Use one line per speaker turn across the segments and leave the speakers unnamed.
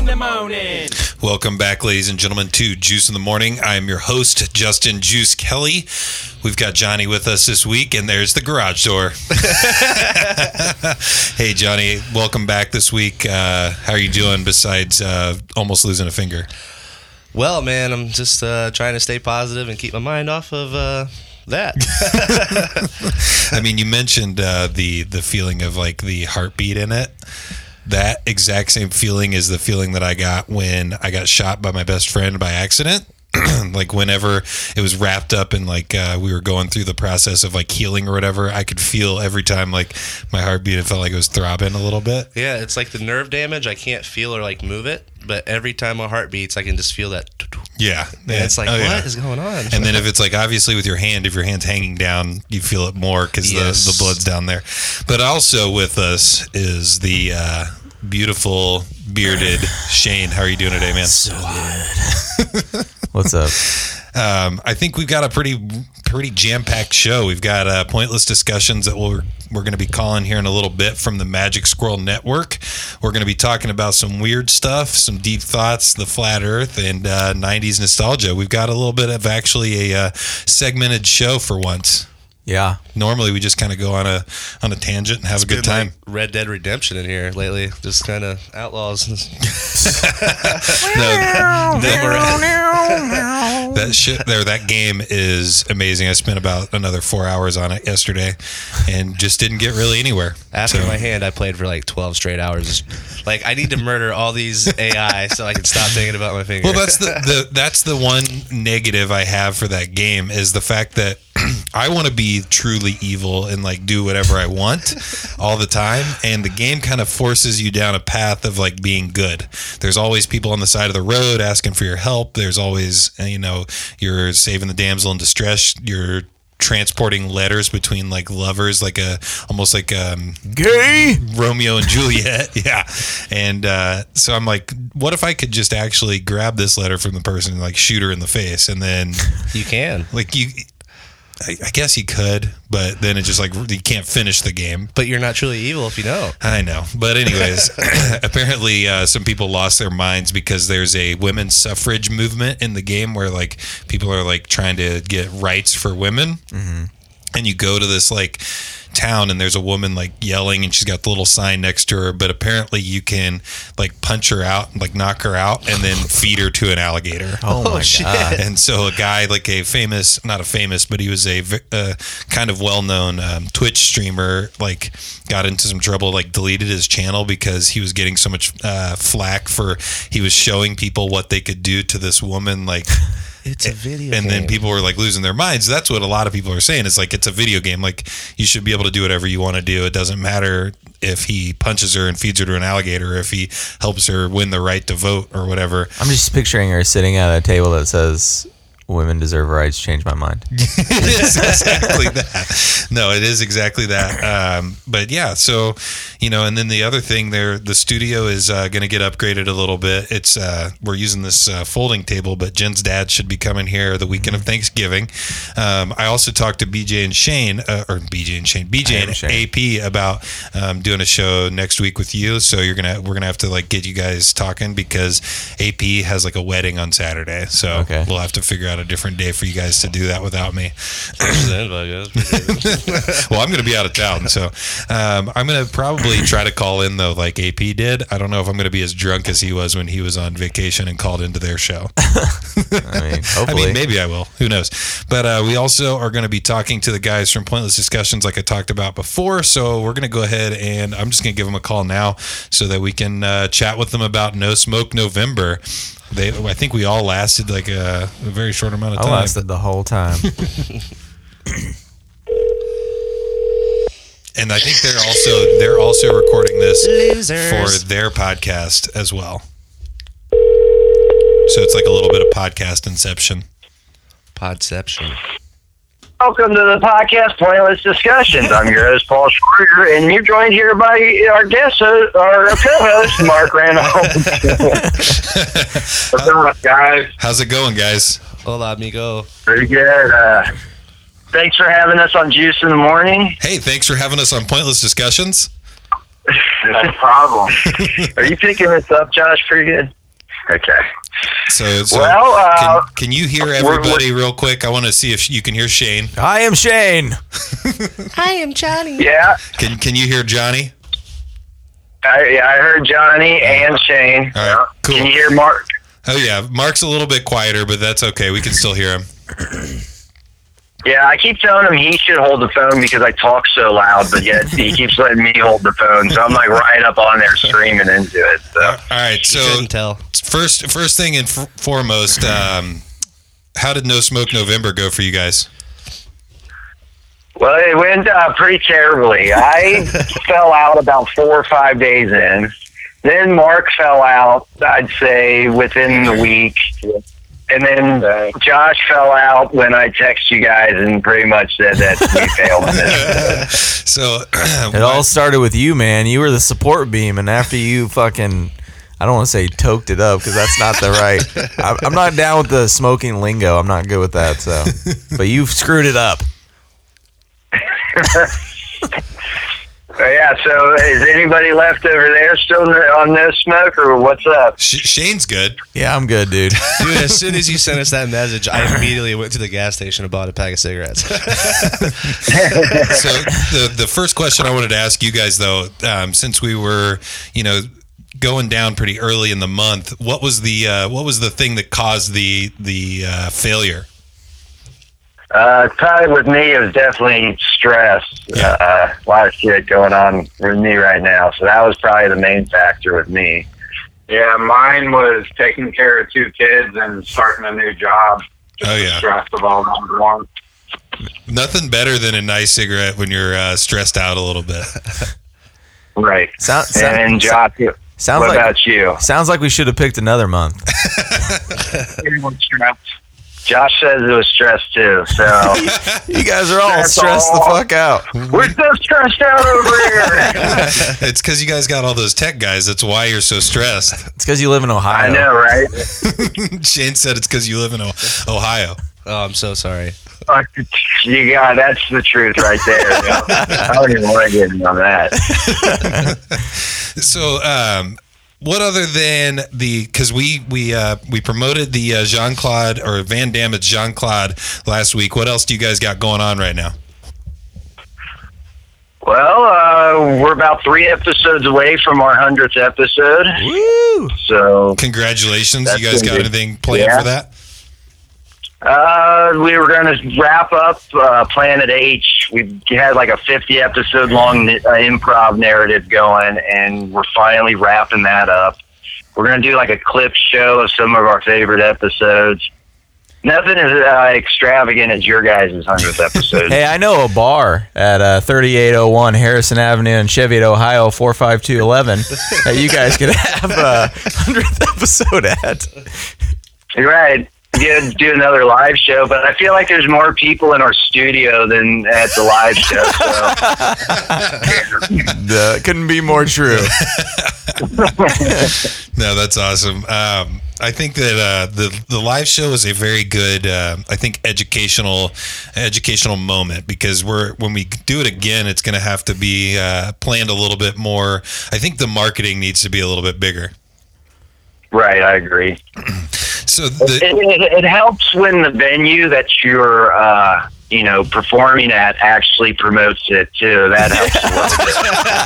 Ronan.
Welcome back, ladies and gentlemen, to Juice in the Morning. I am your host, Justin Juice Kelly. We've got Johnny with us this week, and there's the garage door. hey, Johnny, welcome back this week. Uh, how are you doing besides uh, almost losing a finger?
Well, man, I'm just uh, trying to stay positive and keep my mind off of uh, that.
I mean, you mentioned uh, the the feeling of like the heartbeat in it. That exact same feeling is the feeling that I got when I got shot by my best friend by accident. like whenever it was wrapped up and like uh, we were going through the process of like healing or whatever, I could feel every time like my heartbeat. It felt like it was throbbing a little bit.
yeah, it's like the nerve damage. I can't feel or like move it, but every time my heart beats, I can just feel that.
Yeah,
And it's like,
Oh,
what is
yeah.
going on?
And then if it's like obviously with your hand, if your hand's hanging down, you feel it more because
Yes.
the, the blood's down there. But also with us is the uh, beautiful bearded Shane. How are you doing today, man?
What's up?
Um, I think we've got a pretty pretty jam packed show. We've got uh, pointless discussions that we're we're going to be calling here in a little bit from the Magic Squirrel Network. We're going to be talking about some weird stuff, some deep thoughts, the flat Earth, and uh, '90s nostalgia. We've got a little bit of actually a uh, segmented show for once.
Yeah.
Normally, we just kind of go on a on a tangent and have a good
Been, like,
time.
Red Dead Redemption in here lately. Just kind of outlaws.
No,
That
that shit there, that game is amazing. I spent about another four hours on it yesterday, and just didn't get really anywhere.
After
So-
my hand, I played for like 12 straight hours. Like, I need to murder all these AI so I can stop thinking about my finger.
Well, that's the, the that's the one negative I have for that game is the fact that I want to be truly evil and like do whatever I want all the time, and the game kind of forces you down a path of like being good. There's always people on the side of the road asking for your help. There's always uh, you know you're saving the damsel in distress. You're transporting letters between like lovers like a almost like um
Gay.
Romeo and Juliet. yeah. And uh, so I'm like, what if I could just actually grab this letter from the person and like shoot her in the face? And then,
you can.
like, you, I, I guess you could, but then it just like, you can't finish the game.
But you're not truly evil if you know.
I know. But, anyways, apparently uh, some people lost their minds because there's a women's suffrage movement in the game where, like, people are, like, trying to get rights for women. And you go to this, like, town and there's a woman, like, yelling and she's got the little sign next to her. But apparently you can, like, punch her out, like, knock her out, and then feed her to an alligator.
Oh, my god.
And so a guy like a famous, not a famous, but he was a v- uh, kind of well-known um, Twitch streamer. Like got into some trouble, like deleted his channel because he was getting so much uh, flack for he was showing people what they could do to this woman, like. eh,
It's a video.
And then
game.
people were like losing their minds. That's what a lot of people are saying. It's like it's a video game. Like you should be able to do whatever you want to do. It doesn't matter if he punches her and feeds her to an alligator, or if he helps her win the right to vote or whatever.
I'm just picturing her sitting at a table that says women deserve rights, change my mind.
it is exactly that. No, it is exactly that. Um, but yeah, so you know, and then the other thing there, the studio is uh, going to get upgraded a little bit. It's uh, we're using this uh, folding table, but Jen's dad should be coming here the weekend of
Mm-hmm.
Thanksgiving. Um, I also talked to BJ and Shane, uh, or BJ and Shane,
I
BJ
am
and
Shane.
AP about um, doing a show next week with you. So you're gonna we're gonna have to like get you guys talking because AP has like a wedding on Saturday. So
Okay.
we'll have to figure out a different day for you guys to do that without me well, I'm going to be out of town, so um, I'm going to probably try to call in though, like AP did. I don't know if I'm going to be as drunk as he was when he was on vacation and called into their show.
I mean,
I
hopefully.
mean, maybe I will. Who knows? But uh, we also are going to be talking to the guys from Pointless Discussions, like I talked about before. So we're going to go ahead and I'm just going to give them a call now so that we can uh, chat with them about No Smoke November. They, I think we all lasted like a, a very short amount of
I
time.
lasted the whole time.
and I think they're also they're also recording this
Losers.
for their podcast as well. So it's like a little bit of podcast inception.
Podception.
Welcome to the podcast Playlist Discussions. I'm your host, Paul Schroeder, and you're joined here by our guest, ho- our co-host, Mark Randolph. What's up, guys?
How's it going, guys?
Hola, amigo.
Pretty good. Uh, thanks for having us on Juice in the Morning.
Hey, thanks for having us on Pointless Discussions.
No problem. Are you picking this up, Josh? Pretty good. Okay.
So, so
Well, uh,
can, can you hear
we're-
everybody real quick? I want to see if you can hear Shane.
I am Shane.
Yeah,
Can Can you hear Johnny?
I, I heard Johnny and Shane.
All right,
Yeah.
cool.
Can you hear Mark?
Oh yeah, Mark's a little bit quieter, but that's okay. We can still hear him.
Yeah, I keep telling him he should hold the phone because I talk so loud, but yet he keeps letting me hold the phone. So I'm like right up on there screaming into it. So.
All right. So
Couldn't tell.
first first thing and f- foremost, um, how did No Smoke November go for you guys?
Well, it went uh, pretty terribly. I fell out about four or five days in. Then Mark fell out, I'd say, within the week. And then Josh fell out when I text you guys and pretty much said that we failed. this.
So
It all started with you, man. You were the support beam, and after you fucking, I don't want to say toked it up because that's not the right. I'm, I'm not down with the smoking lingo. I'm not good with that. So, but you've screwed it up.
But yeah, so is anybody left over there still on no smoke or what's up?
Sh- Shane's good.
Yeah, I'm good, dude.
Dude, as soon as you sent us that message, I immediately went to the gas station and bought a pack of cigarettes.
so the the first question I wanted to ask you guys though, um, since we were you know going down pretty early in the month, what was the uh, what was the thing that caused the the uh, failure?
Uh, tied with me, it was definitely stress.
Yeah.
Uh, a lot of shit going on with me right now, so that was probably the main factor with me.
Yeah, mine was taking care of two kids and starting a new job.
Oh yeah,
Stress of all that at once.
nothing better than a nice cigarette when you're uh, stressed out a little bit.
Right.
Sound, sound,
And Josh,
sounds
what
like
about you?
sounds like we should have picked another month.
Josh says it was stress too, so
You guys are all
That's
stressed the
all.
fuck out.
we're so stressed out over here.
it's because you guys got all those tech guys. That's why you're so stressed.
It's because you live in Ohio.
I know, right?
Shane said it's because you live in o- Ohio.
oh, I'm so sorry.
Fuck, you got that's the truth right there. yo. I don't even want to get into that.
So, um, what other than the because we we uh, we promoted the uh, Jean Claude or Van Damme's Jean Claude last week. What else do you guys got going on right now?
Well, uh, we're about three episodes away from our hundredth episode,
Woo!
so
Congratulations!
That's
you guys got
gonna be-
anything planned
yeah.
for that?
Uh, we were going to wrap up uh, Planet H. We had like a 50 episode long uh, improv narrative going, and we're finally wrapping that up. We're going to do like a clip show of some of our favorite episodes. Nothing as uh, extravagant as your guys' 100th episode.
Hey, I know a bar at uh, 3801 Harrison Avenue in Cheviot, Ohio, 45211 that you guys could have a 100th episode at.
You're right. Yeah, do another live show, but I feel like there's more people in our studio than at the live show. So.
Duh, couldn't be more true.
No, that's awesome. Um, I think that uh, the the live show is a very good, uh, I think, educational educational moment because we're when we do it again, it's going to have to be uh, planned a little bit more. I think the marketing needs to be a little bit bigger.
Right, I agree.
So the,
it, it, it helps when the venue that you're uh, you know performing at actually promotes it too. That helps.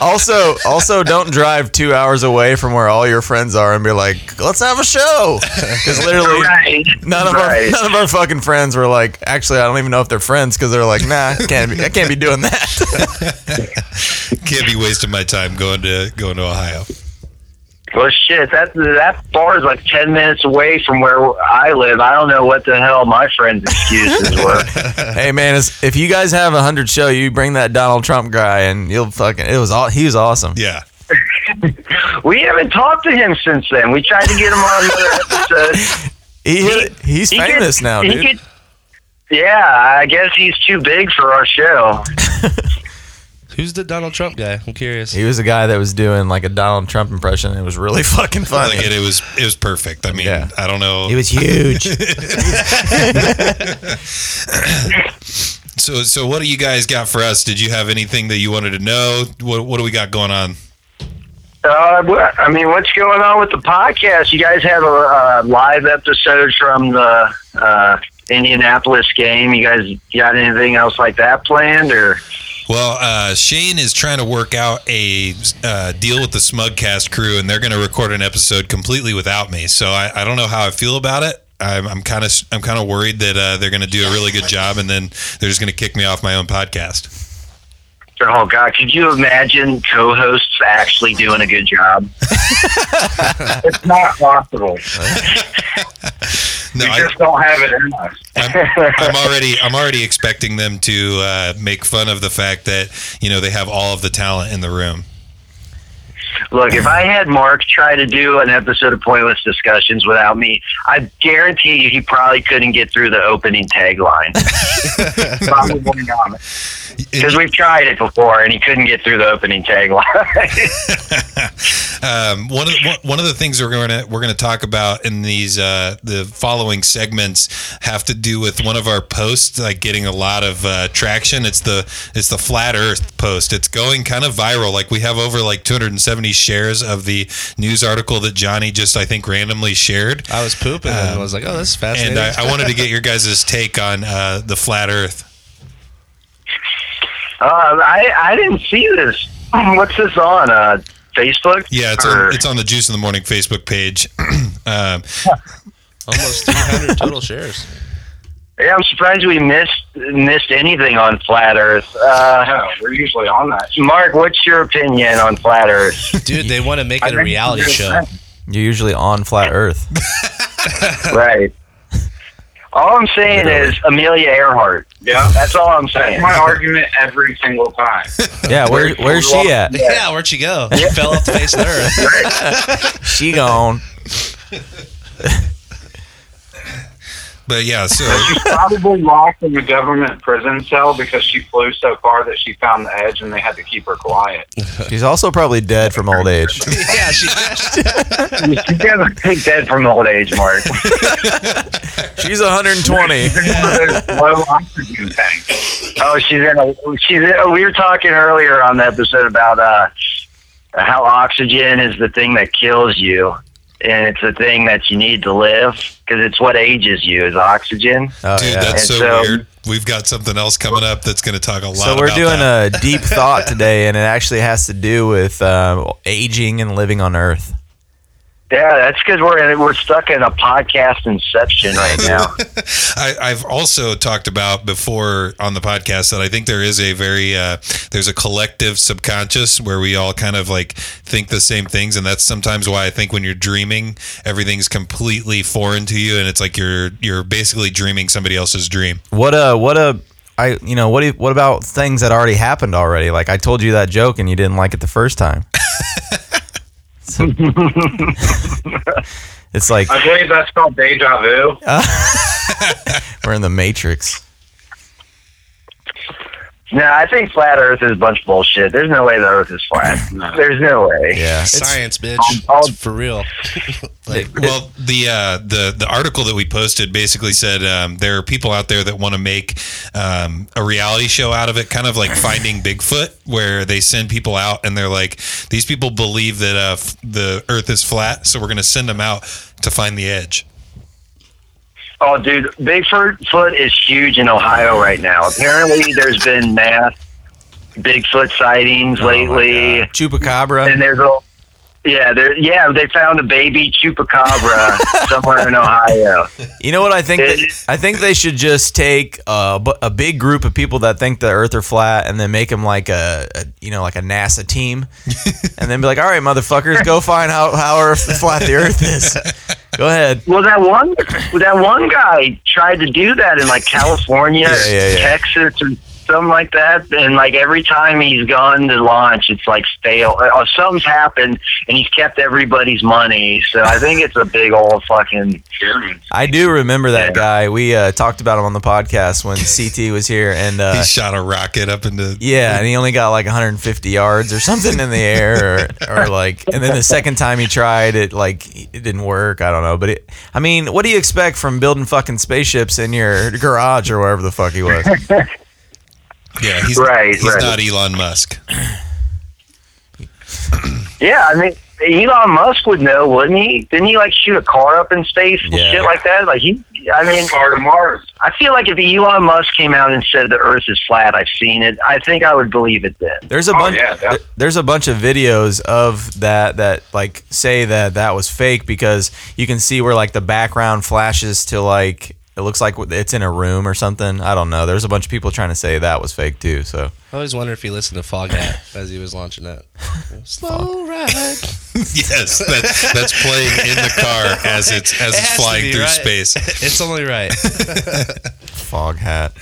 Also, also don't drive two hours away from where all your friends are and be like, let's have a show. Because literally,
right.
none, of our,
right.
none of our fucking friends were like, actually, I don't even know if they're friends because they're like, nah, I can't, be, I can't be doing that.
can't be wasting my time going to going to Ohio.
Well, shit. That that bar is like ten minutes away from where I live. I don't know what the hell my friend's excuses were.
Hey man, it's- if you guys have a hundred show, you bring that Donald Trump guy, and you'll fucking. It was all. He was awesome.
Yeah,
we haven't talked to him since then. We tried to get him on another episode.
He, hit it- he's
He
famous
gets-
now,
he
dude.
gets- yeah, I guess he's too big for our show.
Who's the Donald Trump guy? I'm curious.
he was a guy that was doing like a Donald Trump impression. and It was really fucking funny.
like it, it was it was perfect. I mean,
Yeah.
I don't know.
was huge.
so so what do you guys got for us? Did you have anything that you wanted to know? What what do we got going on?
Uh, wh- I mean, what's going on with the podcast? You guys had a uh, live episode from the uh, Indianapolis game. You guys got anything else like that planned, or
Well, uh, Shane is trying to work out a uh, deal with the Smugcast crew, and they're going to record an episode completely without me. So I, I don't know how I feel about it. I'm I'm kind of I'm kind of worried that uh, they're going to do a really good job, and then they're just going to kick me off my own podcast.
oh god, could you imagine co-hosts actually doing a good job? it's not possible.
No,
we
I,
just don't have it in us.
I'm already I'm already expecting them to uh, make fun of the fact that you know they have all of the talent in the room.
Look, if I had Mark try to do an episode of Pointless Discussions without me, I guarantee you he probably couldn't get through the opening tagline. probably not. Because we've tried it before and he couldn't get through the opening tagline.
um, one of the, one- one of the things we're going to we're going to talk about in these uh, the following segments have to do with one of our posts like getting a lot of uh, traction. It's the it's the flat Earth post. It's going kind of viral. Like we have over like 270 shares of the news article that Johnny just I think randomly shared.
I was pooping and I was like, oh, this is fascinating.
And I, I wanted to get your guys' take on uh, the flat Earth.
Uh, I I didn't see this. What's this on? Uh, Facebook?
Yeah, it's
Or-
on, it's on the Juice in the Morning Facebook page. um,
Almost 300 total shares.
yeah, I'm surprised we missed missed anything on flat Earth. Uh,
No, Oh, we're usually on that.
Mark, what's your opinion on flat Earth?
Dude, they want to make it a reality show.
You're usually on flat Earth.
right. All I'm saying is Amelia Earhart.
Yeah.
That's all I'm
That's
saying.
my argument every single time.
Yeah, where where's she at?
Yeah, where'd she go? She fell off the face of the earth.
She gone.
but yeah, so
Oh,
She's probably locked in the government prison cell because she flew so far that she found the edge and they had to keep her quiet.
She's also probably dead from old age.
yeah, she
You gotta take that from old age, Mark.
She's 120.
There's low oxygen tank.
Oh, she's in a. She's. In, oh, we were talking earlier on the episode about uh, how oxygen is the thing that kills you, and it's the thing that you need to live because it's what ages you is oxygen.
Oh,
Dude,
yeah.
that's so,
And so-
weird. We've got something else coming up that's going to talk a lot.
So we're
about
doing
that.
a deep thought today, and it actually has to do with uh, aging and living on Earth.
Yeah, that's because we're in, we're stuck in a podcast inception right now.
I, I've also talked about before on the podcast that I think there is a very uh, there's a collective subconscious where we all kind of like think the same things, and that's sometimes why I think when you're dreaming, everything's completely foreign to you, and it's like you're you're basically dreaming somebody else's dream.
What a what a I you know what do you- what about things that already happened already? Like I told you that joke and you didn't like it the first time. So- it's like
I believe that's called deja vu.
we're in the Matrix.
no, I think flat Earth is a bunch of bullshit. There's no way the Earth is flat. There's no way.
Yeah,
Science, bitch.
I'll-
It's for real. like,
Well, the uh, the the article that we posted basically said um, there are people out there that want to make um, a reality show out of it, kind of like Finding Bigfoot, where they send people out and they're like, these people believe that uh, f- the Earth is flat, so we're going to send them out to find the edge.
Oh, dude, Bigfoot foot is huge in Ohio right now. Apparently, there's been mass Bigfoot sightings
Oh,
lately, and
chupacabra.
there's a yeah, there yeah they found a baby chupacabra somewhere in Ohio.
You know what I think? that- I think they should just take a, bu- a big group of people that think the Earth are flat and then make them like a, a you know like a NASA team, and then be like, all right, motherfuckers, go find out how Earth- flat the Earth is. Go ahead.
Well, that one that one guy tried to do that in like California,
Yeah, yeah, yeah.
Texas, or something like that. And like every time he's gone to launch, it's like stale. Or something's happened, and he's kept everybody's money. So I think it's a big old fucking.
I do remember that
Yeah.
guy. We uh, talked about him on the podcast when CT was here, and
He
uh,
shot a rocket up into.
yeah, and he only got like 150 yards or something in the air, or, or like. And then the second time he tried it, like it didn't work. I don't know, but it, I mean, what do you expect from building fucking spaceships in your garage or wherever the fuck he was?
Yeah, he's
Right,
he's
right.
not Elon Musk.
Yeah, I mean, Elon Musk would know, wouldn't he? Didn't he like shoot a car up in space and
Yeah.
shit like that? Like he, I mean,
Far to Mars.
I feel like if Elon Musk came out and said the Earth is flat, I've seen it. I think I would believe it then.
There's a
Oh,
bunch.
yeah, that-
there's a bunch of videos of that that like say that that was fake because you can see where like the background flashes to like it looks like it's in a room or something. I don't know. There's a bunch of people trying to say that was fake too. So
I always wonder if he listened to Fog as he was launching that. Slow ride.
Yes, that, that's playing in the car as it's as it's
It has to
flying
be,
through
right?
space.
It's only right.
fog hat.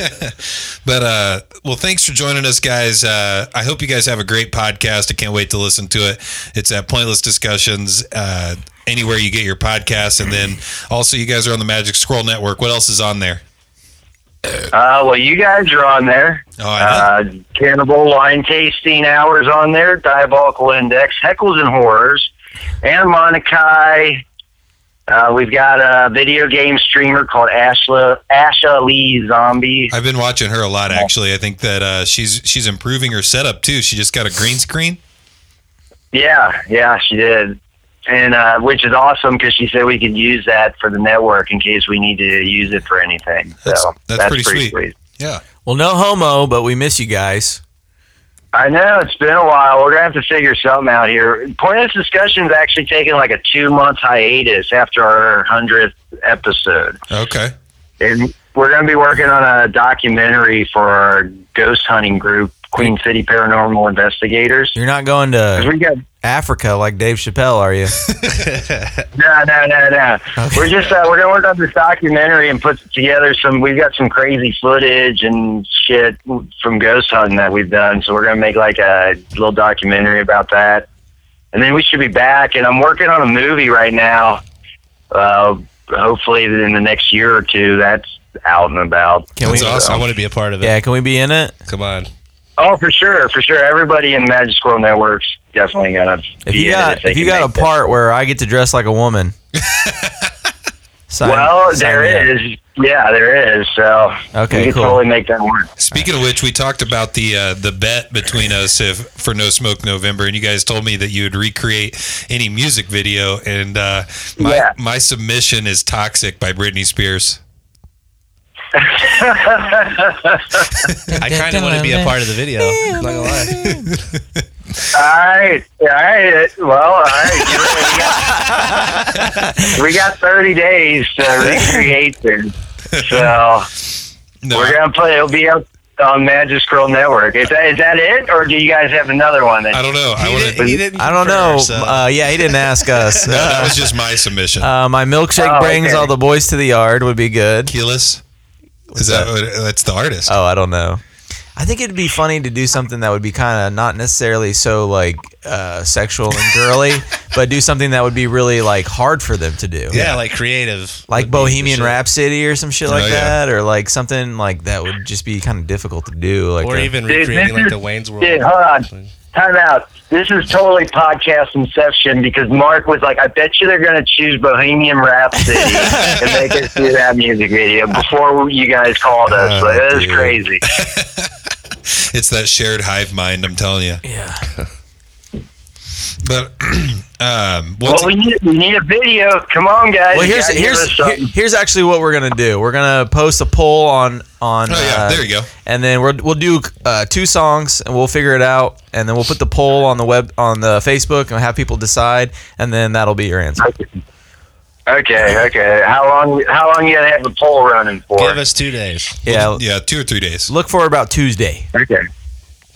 But uh, well, thanks for joining us, guys. Uh, I hope you guys have a great podcast. I can't wait to listen to it. It's at Pointless Discussions. Uh, anywhere you get your podcast, and then also you guys are on the Magic Scroll Network. What else is on there?
Uh, well, you guys are on there.
Oh, I know.
Uh, cannibal wine tasting hours on there. Diabolical Index, Heckles and Horrors, and Monokai. Uh, we've got a video game streamer called Ashla Asha Lee Zombie.
I've been watching her a lot actually. I think that uh, she's she's improving her setup too. She just got a green screen.
Yeah, yeah, she did. And uh, which is awesome because she said we could use that for the network in case we need to use it for anything. So
That's-
that's,
that's pretty sweet.
sweet.
Yeah.
Well, no homo, but we miss you guys.
I know it's been a while. We're gonna have to figure something out here. Pointless discussion's actually taking like a two month hiatus after our hundredth episode,
Okay.
and we're gonna be working on a documentary for our ghost hunting group, Queen City Paranormal Investigators.
You're not going
'Cause
to
We got
Africa like Dave Chappelle, are you?
no, no, no, no. We're just uh, we're gonna work on this documentary and put together some. We've got some crazy footage and shit from ghost hunting that we've done. So we're gonna make like a little documentary about that, and then we should be back. And I'm working on a movie right now. Uh, hopefully, in the next year or two, that's out and about.
Can
That's
we?
awesome.
I want to be a part of it.
Yeah, can we be in it?
Come on.
Oh, for sure, for sure. Everybody in Magic Squirrel Networks definitely gonna.
If
be
you
in it
got
they
if you
can
got a
make that.
part where I get to dress like a woman. Sign-
well,
sign
there
me up.
is. Yeah, there is. So
Okay,
we can
cool.
totally make that work.
Speaking of which, we talked about the uh, the bet between us if for No Smoke November, and you guys told me that you would recreate any music video, and uh, my
Yeah.
my submission is "Toxic" by Britney Spears.
I kind of want to be a part of the video. I'm not gonna lie.
Alright, alright. Well, alright. we, got, we got 30 days to recreate this. So
No,
we're
I,
going to put it'll be up on Magic Scroll Network. Is that, is that it? Or do you guys have another one? That,
I don't know. I
He,
want
did,
to.
not
I don't know. Uh, yeah, he didn't ask us.
That
Uh,
was just my submission.
uh, my milkshake
Oh,
brings
okay.
all the boys to the yard would be good.
Keyless. Is that, what, that's the artist?
Oh, I don't know. I think it'd be funny to do something that would be kind of not necessarily so like uh, sexual and girly, but do something that would be really like hard for them to do.
yeah, like creative.
Like
would be the
Bohemian
shit.
Rhapsody or some shit
Oh,
like
yeah.
that, or like something like that would just be kind of difficult to do. Like
Or
a-
even
Dude,
recreating
this
like
is-
the Wayne's World.
Dude, hold on. Time out. This is totally podcast inception because Mark was like, I bet you they're going to choose Bohemian Rhapsody and make us do that music video before you guys called us.
Oh,
Like, that was
dude.
crazy.
It's that shared hive mind. I'm telling you.
yeah.
But um, what's,
Well, we need, we need a video. Come on, guys.
Well,
You
here's
gotta give
here's
us something.
here- here's actually what we're gonna do. We're gonna post a poll on on.
oh yeah,
uh,
there you go.
and then we'll we'll do uh, two songs and we'll figure it out and then we'll put the poll on the web on the Facebook and have people decide and then that'll be your answer.
Okay, okay. How long? How long you gonna have the poll running for?
Give us two days.
Yeah,
Yeah, two or three days.
Uh, look for about Tuesday.
okay.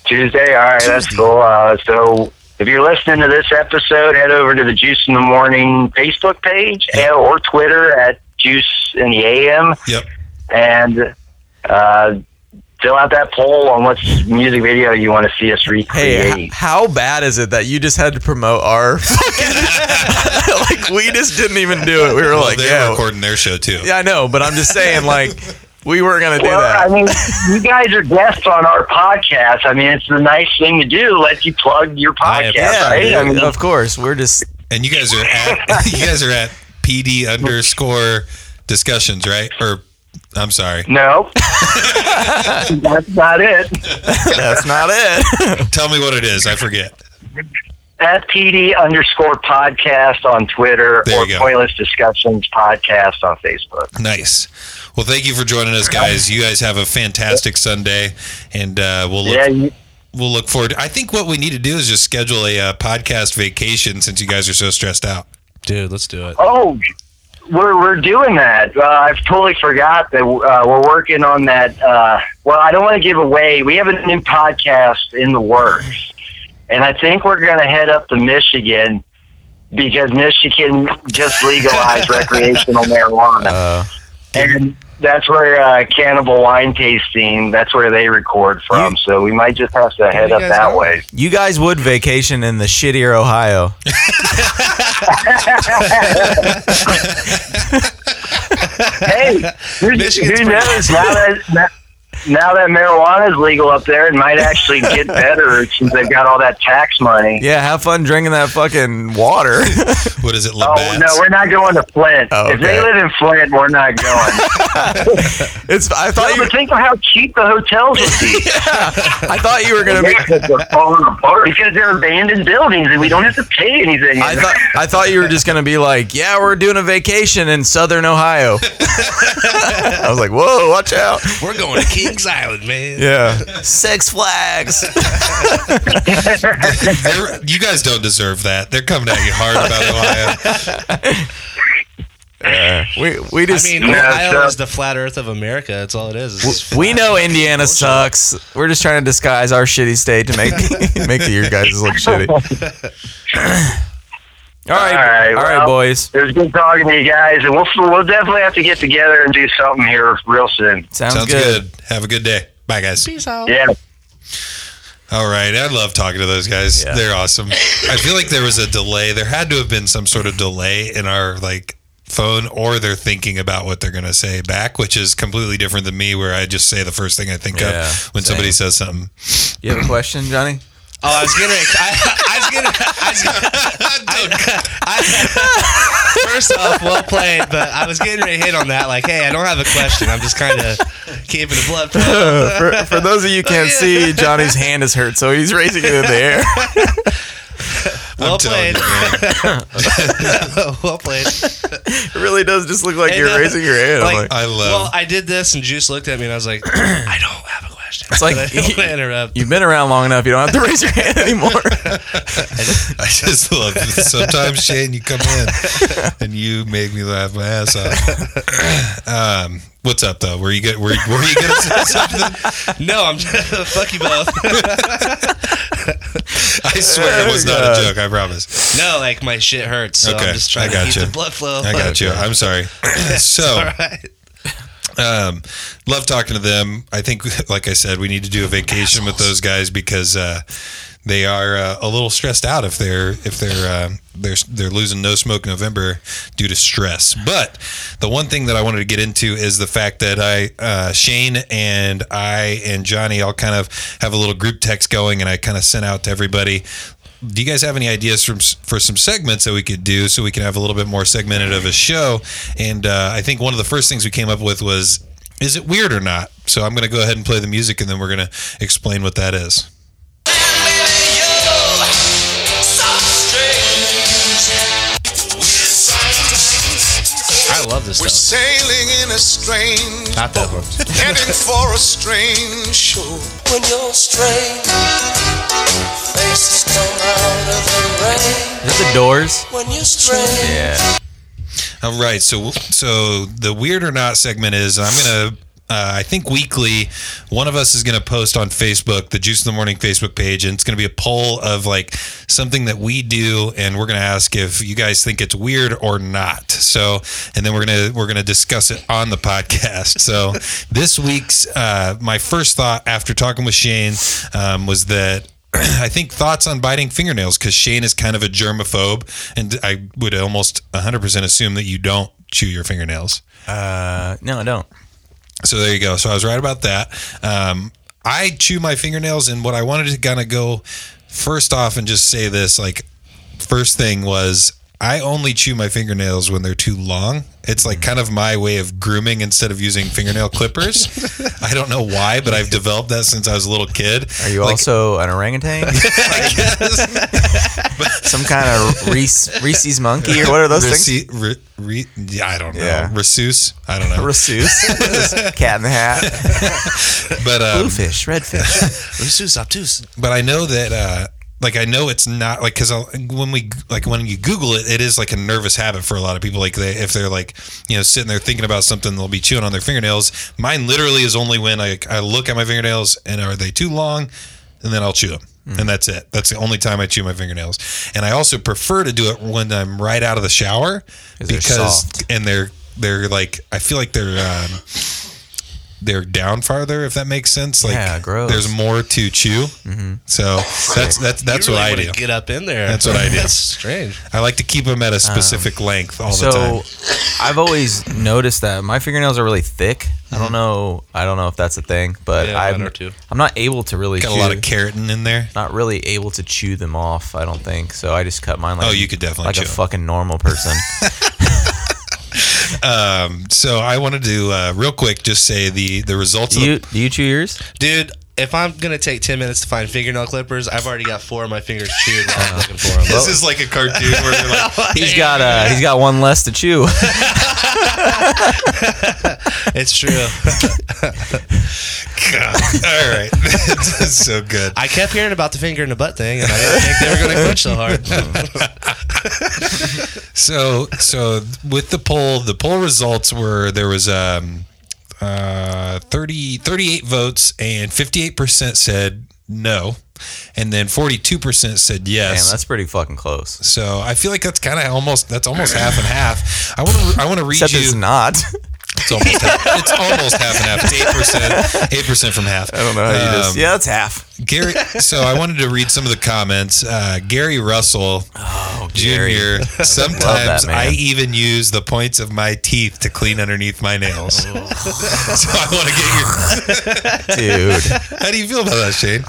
Tuesday. All right, that's cool. Uh, so, if you're listening to this episode, head over to the Juice in the Morning Facebook page and- or Twitter at Juice in the AM
Yep.
and uh, fill out that poll on what music video you want to see us recreate.
Hey, h- how bad is it that you just had to promote our fucking like we just didn't even do it. We were
Well,
like,
they're
yeah,
recording their show too.
yeah, I know, but I'm just saying like we weren't gonna do
Well, I
that.
mean, you guys are guests on our podcast. I mean, it's the nice thing to do. Let you plug your
I
podcast,
Yeah,
right? I
dude,
mean,
of course. We're just
And you guys are at you guys are at PD underscore discussions, right? Or I'm sorry.
no, that's not it.
that's not it.
Tell me what it is. I forget.
FPD underscore podcast on Twitter
There
or
you go.
Pointless Discussions podcast on Facebook.
Nice. Well, thank you for joining us, guys. You guys have a fantastic Sunday, and uh, we'll look
Yeah, you,
we'll look forward. I think what we need to do is just schedule a uh, podcast vacation since you guys are so stressed out.
Dude, let's do it.
oh, we're we're doing that. Uh, I've totally forgot that uh, we're working on that. Uh, well, I don't want to give away. We have a new podcast in the works, and I think we're going to head up to Michigan because Michigan just legalized recreational marijuana.
Uh,
And that's where uh, Cannibal Wine Tasting, that's where they record from. so we might just have to head
you
up
guys
that
go?
way.
you guys would vacation in the shittier Ohio.
Hey, who,
Michigan's
who
pretty-
knows? Now that, now- now that marijuana is legal up there, it might actually get better since they've got all that tax money.
Yeah, have fun drinking that fucking water.
What is it,
Oh,
Labatt's?
no, we're not going to Flint.
Oh,
If they
okay.
live in Flint, we're not going.
it's. I thought you.
but think of how cheap the hotels would be.
I thought you were gonna be.
Yeah, 'cause they're falling apart because they're abandoned buildings and we don't have to pay anything.
I thought I thought you were just gonna be like, yeah, we're doing a vacation in Southern Ohio. I was like, whoa, watch out.
We're going to Kings Island, man.
Yeah, Six Flags.
They're- you guys don't deserve that. They're coming at you hard about Ohio.
We we
I
just
mean,
Yeah,
Ohio
sure.
is the flat Earth of America. That's all it is. It's just
we
flat.
know Indiana sucks. We're just trying to disguise our shitty state to make make your guys look shitty. All right, all
All
right,
right, well-
boys.
It was good talking to you guys, and we'll we'll definitely have to get together and do something here real soon.
Sounds,
Sounds
good.
good. Have a good day. Bye, guys.
Yeah.
All right. I love talking to those guys.
Yeah.
They're awesome. I feel like there was a delay. There had to have been some sort of delay in our like phone or they're thinking about what they're going to say back, which is completely different than me where I just say the first thing I think
Yeah,
of when somebody says something.
You have a question, Johnny?
Oh, I was gonna. I, I was gonna. I was gonna. I, I- first off, well played, but I was getting ready to hit on that. Like, hey, I don't have a question. I'm just kind of keeping the blood. pressure.
for, for those of you who can't see, Johnny's hand is hurt, so he's raising it in the air.
Well played.
man.
well played.
It really does just look like
Hey,
you're
no.
raising your hand. I'm
Like-
like,
I love.
Well, I did this, and Juice looked at me, and I was like, I don't have a question. It's
like-
I don't wanna interrupt.
You've been around long enough. You don't have to raise your hand anymore.
I just love it. Sometimes Shane, you come in and you make me laugh my ass off. um, what's up though? Were you good? Were, were you gonna say something?
No, I'm fuck you both.
I swear it was not a joke. I promise.
No, like my shit hurts. So
Okay,
I'm just
I
trying
got
to keep
you.
the blood flow.
I got you. I'm sorry.
All
so,
right.
um, love talking to them. I think, like I said, we need to do a vacation with those guys because uh, they are uh, a little stressed out if they're if they're uh, they're they're losing no smoke November due to stress. But the one thing that I wanted to get into is the fact that I uh, Shane and I and Johnny all kind of have a little group text going, and I kind of sent out to everybody do you guys have any ideas from for some segments that we could do so we can have a little bit more segmented of a show? And uh, I think one of the first things we came up with was, is it weird or not? So I'm going to go ahead and play the music, and then we're going to explain what that is.
I love this
We're
stuff.
sailing in a strange,
Not that one.
heading for a strange shore.
When your strange faces come out of the rain.
Is the doors?
When you're strange.
Yeah.
All right, so so the weird or not segment is I'm going to. Uh, I think weekly, one of us is going to post on Facebook, the Juice in the Morning Facebook page, and it's going to be a poll of like something that we do, and we're going to ask if you guys think it's weird or not. So, and then we're gonna we're gonna discuss it on the podcast. So, this week's uh, my first thought after talking with Shane um, was that I think thoughts on biting fingernails because Shane is kind of a germaphobe, and I would almost 100% assume that you don't chew your fingernails.
Uh, no, I don't.
So there you go. So I was right about that. Um, I chew my fingernails, and what I wanted to kind of go first off and just say this like, first thing was I only chew my fingernails when they're too long. It's like kind of my way of grooming instead of using fingernail clippers. I don't know why, but I've developed that since I was a little kid.
Are you
Like,
also an orangutan?
I guess.
Some kind of Reese, Reese's monkey or what are those things?
Rece- re- re- yeah, I don't know.
Yeah.
Resus? I don't know.
Rassus. Cat in the Hat,
But um,
bluefish, redfish.
Obtuse, obtuse.
but I know that uh like I know it's not like because when we like when you Google it, it is like a nervous habit for a lot of people. Like they if they're like you know sitting there thinking about something, they'll be chewing on their fingernails. Mine literally is only when I I look at my fingernails and are they too long, and then I'll chew them.
Mm.
And that's it. That's the only time I chew my fingernails. And I also prefer to do it when I'm right out of the shower
they're
because
soft.
and they're they're like I feel like they're um, they're down farther if that makes sense. Like
Yeah, gross.
there's more to chew. So that's that's that's
You
what
really
I
wanna
do.
Get up in there.
That's what I do.
That's strange.
I like to keep them at a specific length all the
Um, So
time.
I've always noticed that my fingernails are really thick. I don't know. I don't know if that's a thing, but
Yeah, mine
I'm,
are too.
I'm not able to really
Got
chew.
a lot of keratin in there.
not really able to chew them off. I don't think so. I just cut mine like
Oh, you could definitely
like
chew
a
'em.
fucking normal person.
Um, so I wanted to uh, real quick just say the the results.
do you
of the,
do you chew yours?
Dude, if I'm going to take 10 minutes to find fingernail clippers, I've already got four of my fingers chewed while I'm looking for them.
this is like a cartoon where you're like,
He's got uh he's got one less to chew.
It's true.
God, all right, this is so good.
I kept hearing about the finger in the butt thing, and I didn't think they were going to quit so hard.
So, so with the poll, the poll results were there was um, uh, 30, 38 votes, and fifty eight percent said no, and then forty two percent said
Man,
yes.
that's pretty fucking close.
so I feel like that's kind of almost that's almost half and half. I want to I want to read
Except
you.
it's not.
It's almost half, it's almost half and half. It's eight percent, eight percent from half. I don't know.
Um, yeah, that's half.
Gary. So I wanted to read some of the comments. Uh, Gary Russell
Oh,
Junior. Sometimes
man.
I even use the points of my teeth to clean underneath my nails. so I want to get
Dude.
your. How do you feel about that, Shane?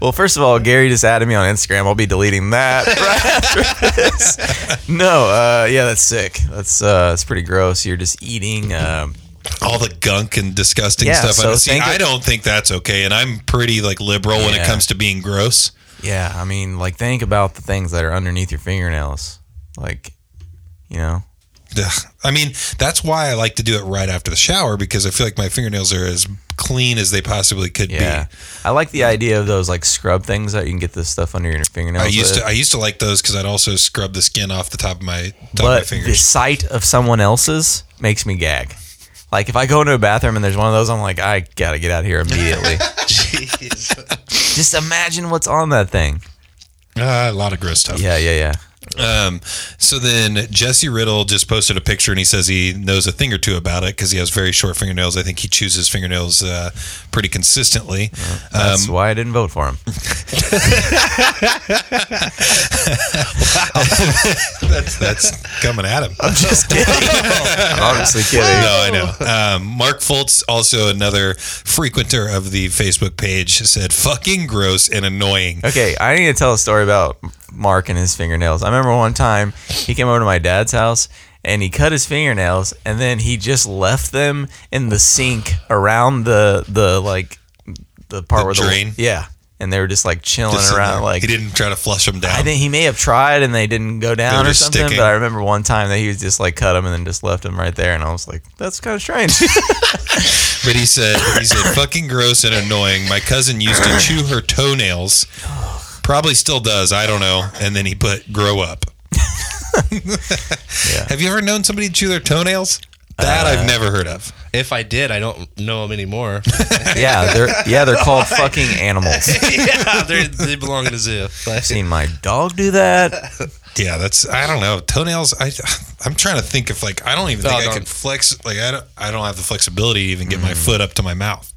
Well, first of all, Gary just added me on Instagram. I'll be deleting that right after this. No, uh, yeah, that's sick. That's uh, that's pretty gross. You're just eating. Um,
All the gunk and disgusting
Yeah,
stuff.
so
I, see,
think of-
I don't think that's okay, and I'm pretty like liberal when it
Yeah.
comes to being gross.
yeah, I mean, like think about the things that are underneath your fingernails. Like, you know,
Ugh. I mean, that's why I like to do it right after the shower because I feel like my fingernails are as clean as they possibly could
yeah.
be.
I like the idea of those like scrub things that you can get this stuff under your fingernails.
I used
with.
to I used to like those because I'd also scrub the skin off the top of my top of my
but the
fingers.
sight of someone else's makes me gag. Like if I go into a bathroom and there's one of those, I'm like, I gotta get out of here immediately.
Jeez.
Just imagine what's on that thing.
Ah, a lot of gross stuff.
Yeah, yeah, yeah.
Um, so then Jesse Riddle just posted a picture and he says he knows a thing or two about it because he has very short fingernails. I think he chews his fingernails uh, pretty consistently. Um,
That's why I didn't vote for him.
that's that's coming at him.
I'm just kidding. I'm obviously kidding.
No, I know. Um, Mark Fultz, also another frequenter of the Facebook page, said "fucking gross and annoying."
Okay, I need to tell a story about Mark and his fingernails. I remember one time he came over to my dad's house and he cut his fingernails and then he just left them in the sink around the the like the part
The
where
drain?
the yeah, and they were just like chilling
Just sitting
around
there.
like
he didn't try to flush them down.
I think he may have tried and they didn't go down or
just
something.
sticking.
But I remember one time that he was just like cut them and then just left them right there, and I was like, "That's kind of strange."
But he said he said fucking gross and annoying. My cousin used to chew her toenails. Probably still does. I don't know. And then he put grow up. Have you ever known somebody to chew their toenails? That
Uh,
I've never heard of.
if I did, I don't know them anymore.
yeah, they're yeah
Oh
they're called fucking animals.
yeah, they're- they belong in a zoo. Like,
seen my dog do that.
Yeah, that's I don't know. Toenails I I'm trying to think if like I don't even
Oh,
think I
no.
can flex like I don't I don't have the flexibility to even get my foot up to my mouth.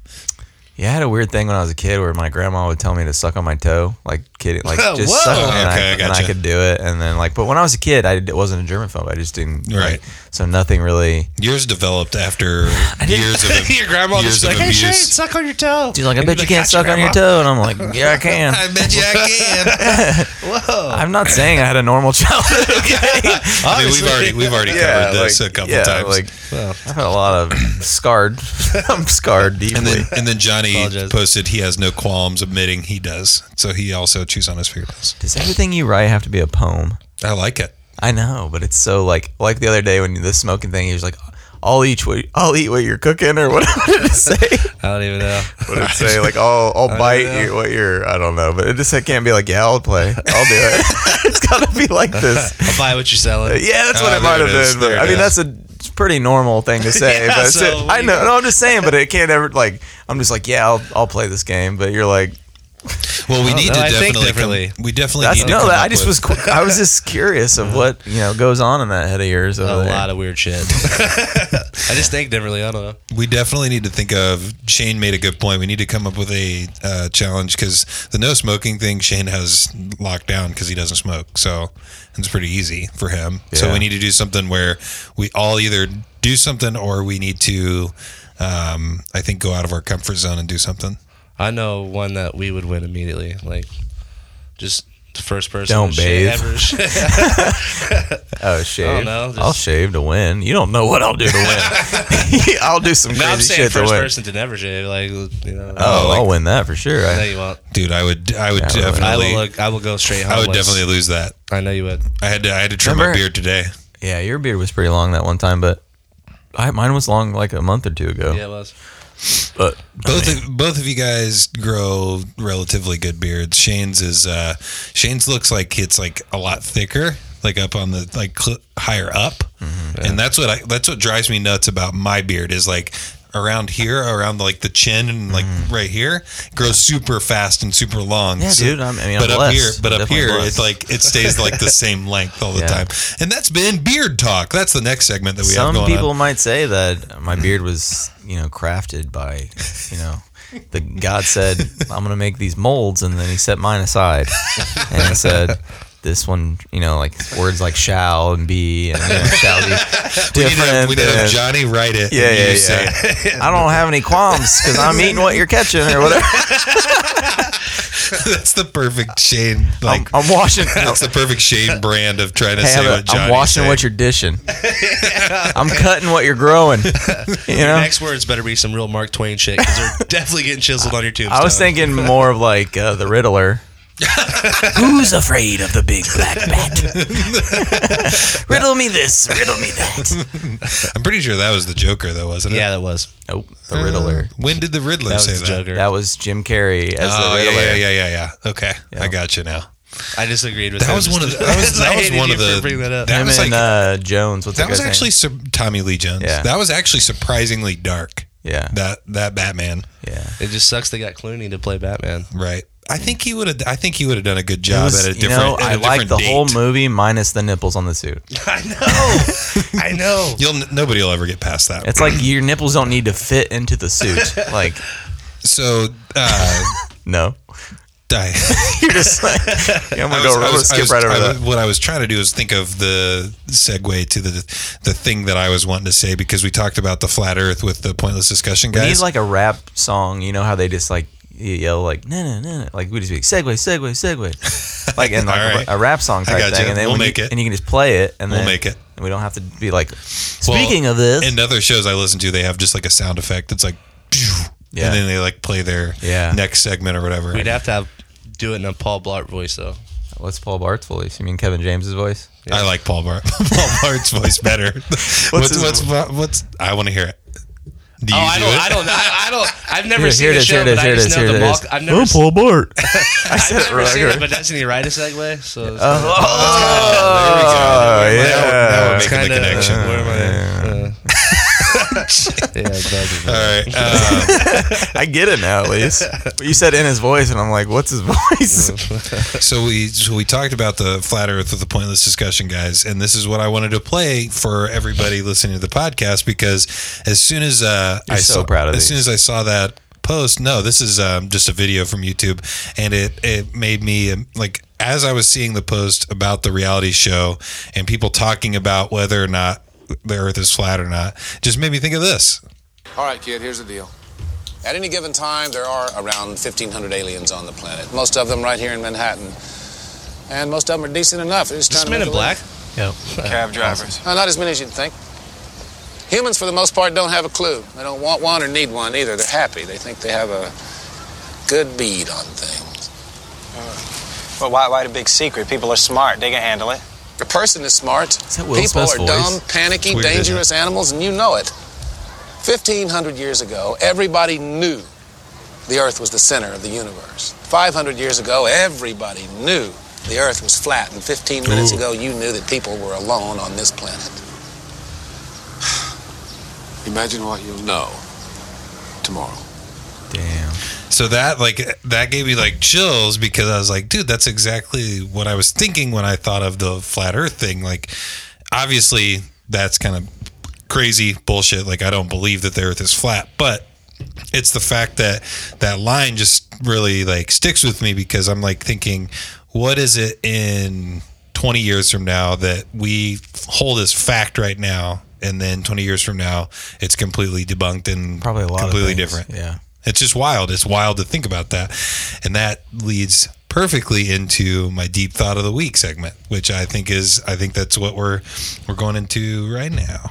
Yeah, I had a weird thing when I was a kid where my grandma would tell me to suck on my toe, like kidding, like just
Whoa.
suck, on it, and,
Okay, I
I, and I
gotcha.
could do it. And then like, but when I was a kid, I d- wasn't a germaphobe. I just didn't. like,
Right.
so nothing really.
Yours developed after years of
Your grandma
years
just
of
like, hey, Shane,
abuse.
suck on your toe.
She's like, I bet you can't suck on your toe, and I'm like, yeah, I can.
I bet you I can.
I'm not saying I had a normal childhood. Okay.
I mean, we've already we've already covered this
like-
a couple
yeah,
times.
Like, I've had a lot of scarred. I'm scarred deeply.
and then and then Johnny
Apologize.
posted he has no qualms admitting he does. So he also chews on his fingernails.
Does everything you write have to be a poem?
I like it.
I know, but it's so like like the other day when the smoking thing, he was like, "I'll eat what I'll eat what you're cooking," or whatever it say.
I don't even know.
What did it say? Like, "I'll I'll
know.
bite you what you're." I don't know, but it just it can't be like, "Yeah, I'll play. I'll do it." it's got to be like this.
I'll buy what you're selling.
Yeah, that's what
Ah,
it might
there
have
it is,
been. But,
there
I
it
mean,
is.
that's a it's a pretty normal thing to say.
Yeah,
but it's-
so
I
you
know. No, I'm just saying. But it can't ever like. I'm just like, yeah, I'll I'll play this game. But you're like,
Well, we
Oh,
need
no,
to
I think
definitely
differently.
come- we definitely
that's
need to
no.
come
That,
up
I just
with-
was. qu- I was just curious of what you know goes on in that head of yours.
A
over there.
lot of weird shit. I just think differently. I don't know.
We definitely need to think of. Shane made a good point. We need to come up with a uh, challenge because the no smoking thing Shane has locked down because he doesn't smoke. So it's pretty easy for him. So
Yeah.
we need to do something where we all either do something or we need to, um, I think, go out of our comfort zone and do something.
I know one that we would win immediately. Like, just the first person.
Don't
to shave
bathe.
ever shave.
Oh, shave. I
know, just-
will shave to win. You don't know what I'll do to win. I'll do some
no, I'm
crazy
saying
shit to win.
first person to never shave. Like, you know.
Oh,
like-
I'll win that for sure.
I know
I,
you won't.
Dude, I would, I would
Yeah, I would.
I
definitely,
will look. I will go straight home.
I would definitely lose that.
I know you would.
I had to, I had to trim my
Remember-
beard today.
yeah, your beard was pretty long that one time, but I, mine was long like a month or two ago.
Yeah, it was.
But
Both of, both of you guys grow relatively good beards. Shane's is uh, Shane's looks like it's like a lot thicker, like up on the like cl- higher up,
Mm-hmm.
and that's what I that's what drives me nuts about my beard is like around here, around like the chin and like right here grows super fast and super long.
Mm-hmm. Yeah, dude, I'm- I mean, I'm
but up
blessed.
here, but
I'm
up
definitely
here,
blessed.
it's like it stays like the same length all the
Yeah.
time, and that's been beard talk. That's the next segment that we have
some
going
people
on.
might say that my beard was, you know, crafted by, you know, the God said, I'm going to make these molds. And then he set mine aside and he said, this one, you know, like words like shall and be and you know, shall be different.
We need to have, we need to have
and-
Johnny write it.
Yeah,
and
yeah,
you
yeah.
say it.
I don't have any qualms because I'm eating what you're catching or whatever.
That's the perfect Shane.
I'm,
Like
I'm washing.
that's the perfect Shane brand of trying to
Hey,
say
I'm,
what Johnny.
I'm washing what you're dishing. I'm cutting what you're growing. You know,
Next words better be some real Mark Twain shit because they're definitely getting chiseled on your tombstone.
I was thinking more of like uh, the Riddler. Who's afraid of the big black bat? riddle me this, riddle me that.
I'm pretty sure that was the Joker, though, wasn't it? Mm.
Yeah, that was.
Nope, the Riddler.
When did the Riddler
That was
say
the
that?
Joker.
That was Jim Carrey as
Oh
the
yeah,
Riddler.
yeah, yeah, yeah, yeah. Okay, I got you now.
I disagreed with
That
him
was
just-
one of the. That was,
I
that was
hated
one
you
of
for bringing that
the.
up.
That
Him
was
and
like.
uh, Jones. What's that,
That was
guy's name?
actually sur- Tommy Lee Jones.
Yeah.
That was actually surprisingly dark.
Yeah.
That that Batman,
Yeah.
It just sucks they got Clooney to play Batman.
right? I think he would have. I think he would have done a good
It
job
was-
at a
you
different.
know,
at a
I like
different
the whole
date.
movie minus the nipples on the suit.
I know. I know.
You'll nobody will ever get past that.
It's like your nipples don't need to fit into the suit. Like,
so. Uh,
no.
I,
You're just like, yeah, I'm gonna go I'm gonna skip right over
I
that.
was- What I was trying to do is think of the segue to the the thing that I was wanting to say because we talked about the flat Earth with the pointless discussion
We
guys.
need like a rap song. You know how they just like y- yell like no no no no like we just be like, segue segue segue like in like
All right.
a, rap song type
gotcha.
thing, and then
We'll
when
make
you,
it.
and you can just play it, and
We'll
then
make it.
And we don't have to be like
Well,
speaking of this.
in other shows I listen to, they have just like a sound effect that's like,
Yeah.
and then they like play their
Yeah.
next segment or whatever.
We'd have to have do it in a Paul Blart voice though.
What's Paul Bart's voice? You mean Kevin James's voice?
I like Paul Bart. Paul Bart's voice better. what's what's,
his-
what's I want to hear it. Do
Oh,
you
I
do
don't,
it?
I don't, I, I don't, I've never
Here-
seen
here it
the
is, here
show,
it
but
is,
I
here it
just
is,
know
here
the
it is.
Malk. I've never, seen,
Bart. I
I've
said it
never seen
wrong.
it, but that's an right segue. So it's
Oh,
There we go. Now we're
yeah.
making the
kinda-
connection.
Where am I? Uh, yeah, that's-
All right. Uh,
I get it now, at least. But you said in his voice, and I'm like, what's his voice?
So we so we talked about the flat Earth with the pointless discussion, guys, and this is what I wanted to play for everybody listening to the podcast because as soon as uh, I
so
saw,
proud of
as
these.
soon as I saw that post. No, this is um, just a video from YouTube, and it it made me um, like as I was seeing the post about the reality show and people talking about whether or not the Earth is flat or not, just made me think of this.
All right, kid, here's the deal. At any given time, there are around 1,500 aliens on the planet. Most of them right here in Manhattan. And most of them are decent enough. They're just
Just
trying
men
to
in
make a
black. Yeah.
Cab drivers.
living. Uh, not as many as you'd think. Humans, for the most part, don't have a clue. They don't want one or need one either. They're happy. They think they have a good bead on things.
Well, why, why the big secret? People are smart. They can handle it.
The person is smart.
that Will
People
Smith's
are
voice?
dumb, panicky,
weird, isn't it?
dangerous animals, and you know it. 1,500 years ago, everybody knew the Earth was the center of the universe. 500 years ago, everybody knew the Earth was flat, and 15 minutes ago, you knew that people were alone on this planet.
Imagine what you'll know tomorrow.
Damn.
So that like that gave me like chills because I was like, dude, that's exactly what I was thinking when I thought of the flat Earth thing. Like, obviously, that's kind of crazy bullshit. Like, I don't believe that the Earth is flat, but it's the fact that that line just really like sticks with me because I'm like thinking, what is it in 20 years from now that we hold as fact right now, and then 20 years from now, it's completely debunked and
Probably a lot
completely
of things.
different.
Yeah.
It's just wild. It's wild to think about that. And that leads perfectly into my deep thought of the week segment, which I think is I think that's what we're we're going into right now.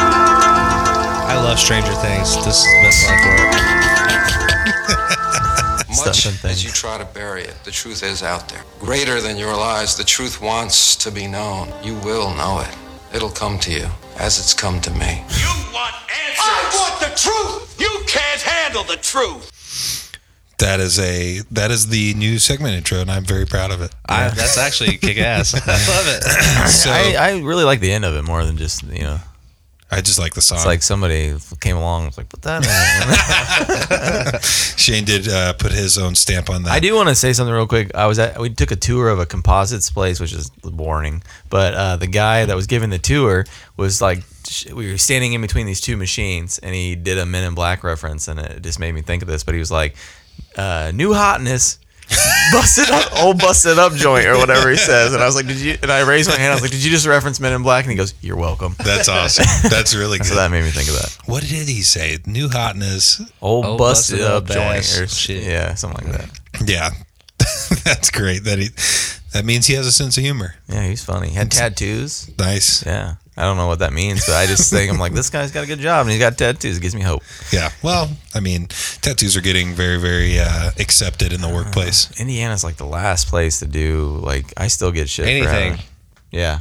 I love Stranger Things. This is the best one for it.
Stuff
Much
and
as
things.
you try to bury it, the truth is out there. Greater than you realize, the truth wants to be known. You will know it. It'll come to you as it's come to me.
You want answers. I want the truth. You can't handle the truth.
That is a that is the new segment intro and I'm very proud of it.
I, that's actually kick ass. I love it.
So
I,
I,
I really like the end of it more than just you know.
just like the song.
It's like somebody came along. and was like, "What the?" hell?"
Shane did uh, put his own stamp on that.
I do want to say something real quick. I was at we took a tour of a composites place, which is boring. But uh, the guy that was giving the tour was like, sh- we were standing in between these two machines, and he did a Men in Black reference, and it just made me think of this. But he was like, uh, "New hotness." busted up, old busted up joint or whatever he says, and I was like, "Did you?" And I raised my hand. I was like, "Did you just reference Men in Black?" And he goes, "You're welcome."
That's awesome. That's really good.
So that made me think of that
what did he say? New hotness.
old,
Old
busted,
busted
up
up ass
joint or
shit.
yeah, something like that.
Yeah. that's great. That he that means he has a sense of humor.
Yeah, he's funny. He had tattoos.
Nice.
Yeah. I don't know what that means, but I just think I'm like, this guy's got a good job and he's got tattoos. It gives me hope.
Yeah. Well, I mean, tattoos are getting very, very uh, accepted in the workplace.
Indiana's like the last place to do like I still get shit. for
Anything.
having- yeah.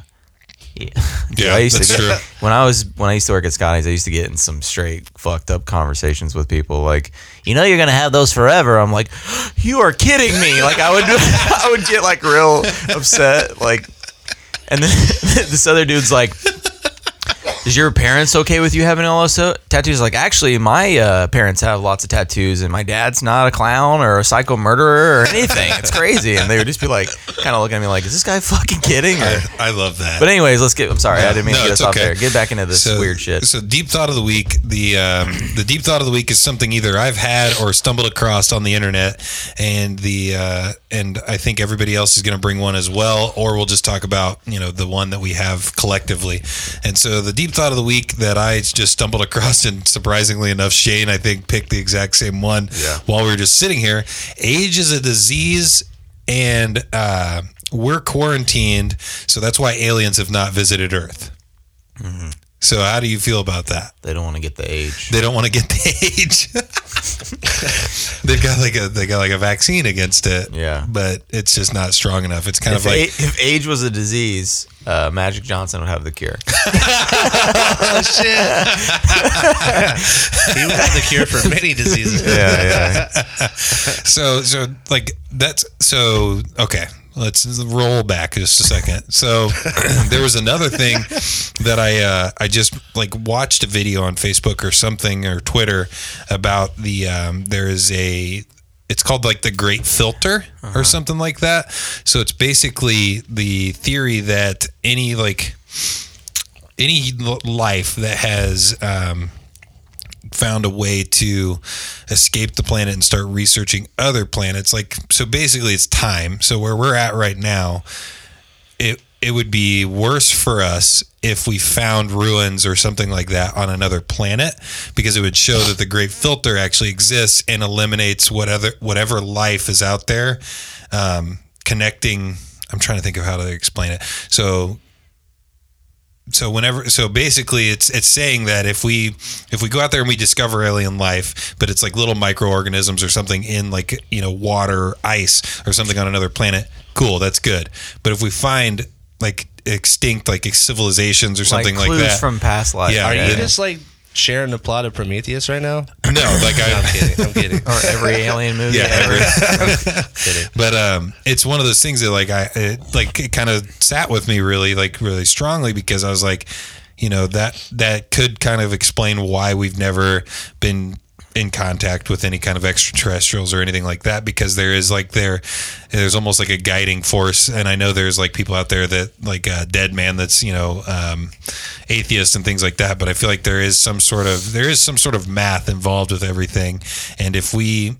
Yeah.
Yeah,
I used
that's
to
true.
get, When I was when I used to work at Scotty's, I used to get in some straight fucked up conversations with people like, you know, you're gonna have those forever. I'm like, you are kidding me. Like I would I would get like real upset. Like, and then this other dude's like. Is your parents okay with you having all those so- tattoos? Like, actually, my uh, parents have lots of tattoos, and my dad's not a clown or a psycho murderer or anything. It's crazy. And they would just be like, kind of looking at me like, is this guy fucking kidding? Or,
I, I love that.
but anyways, let's get. I'm sorry, I didn't mean
No,
to get
it's
us off
okay.
there. Get back into this weird shit.
So deep thought of the week. The um, the deep thought of the week is something either I've had or stumbled across on the internet, and the uh, and I think everybody else is going to bring one as well, or we'll just talk about you know the one that we have collectively. And so the deep thought of the week that I just stumbled across, and surprisingly enough, Shane I think picked the exact same one while we were just sitting here. Age is a disease and uh, we're quarantined, so that's why aliens have not visited Earth. So how do you feel about that?
they don't want to get the age.
They don't want to get the age. They've got like a they got like a vaccine against it.
Yeah.
but it's just not strong enough. It's kind
If,
of like
a- if age was a disease, uh, Magic Johnson would have the cure.
He would have the cure for many diseases.
yeah, yeah.
so so like that's so okay let's roll back just a second so there was another thing that i uh i just like watched a video on facebook or something or twitter about the um there is a it's called like the Great Filter or something like that. So it's basically the theory that any like any l- life that has um, found a way to escape the planet and start researching other planets like so basically it's time so where we're at right now it it would be worse for us if we found ruins or something like that on another planet because it would show that the great filter actually exists and eliminates whatever whatever life is out there um, connecting i'm trying to think of how to explain it so so whenever so basically it's it's saying that if we if we go out there and we discover alien life but it's like little microorganisms or something in like you know water ice or something on another planet cool that's good but if we find like extinct like civilizations or something like,
clues
that
from past life.
yeah
Are
yeah.
you just like sharing the plot of Prometheus right now?
no like I,
I'm kidding. I'm kidding.
or every alien movie
Yeah,
ever.
but um, it's one of those things that like I it, like it kind of sat with me really like really strongly because I was like, you know that that could kind of explain why we've never been in contact with any kind of extraterrestrials or anything like that because there is like there there's almost like a guiding force and I know there's like people out there that like a dead man that's you know um atheist and things like that but I feel like there is some sort of there is some sort of math involved with everything and if we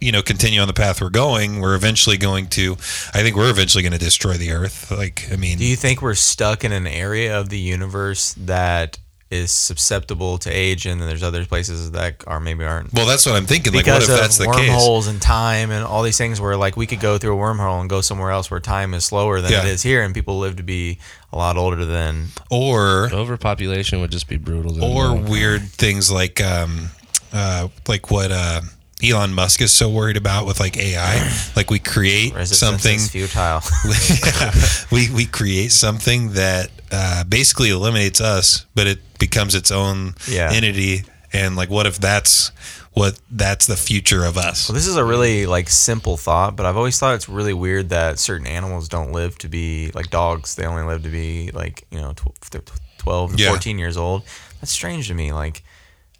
you know continue on the path we're going we're eventually going to i think we're eventually going to destroy the earth like i mean
Do you think we're stuck in an area of the universe that is susceptible to age, and then there's other places that are maybe aren't?
well that's what i'm thinking like what
because
if
of
that's the case
wormholes and time and all these things where like we could go through a wormhole and go somewhere else where time is slower than
Yeah.
it is here, and people live to be a lot older than
or
Overpopulation would just be brutal.
Oh,
or weird things like um uh like what uh Elon Musk is so worried about with like AI, like we create
Resistance
something
is futile.
Yeah. we we create something that uh, basically eliminates us, but it becomes its own
Yeah.
entity. And like, what if that's what that's the future of us?
Well, this is a really like simple thought, but I've always thought it's really weird that certain animals don't live to be like dogs. They only live to be like you know tw- th- twelve and
Yeah.
fourteen years old. That's strange to me. Like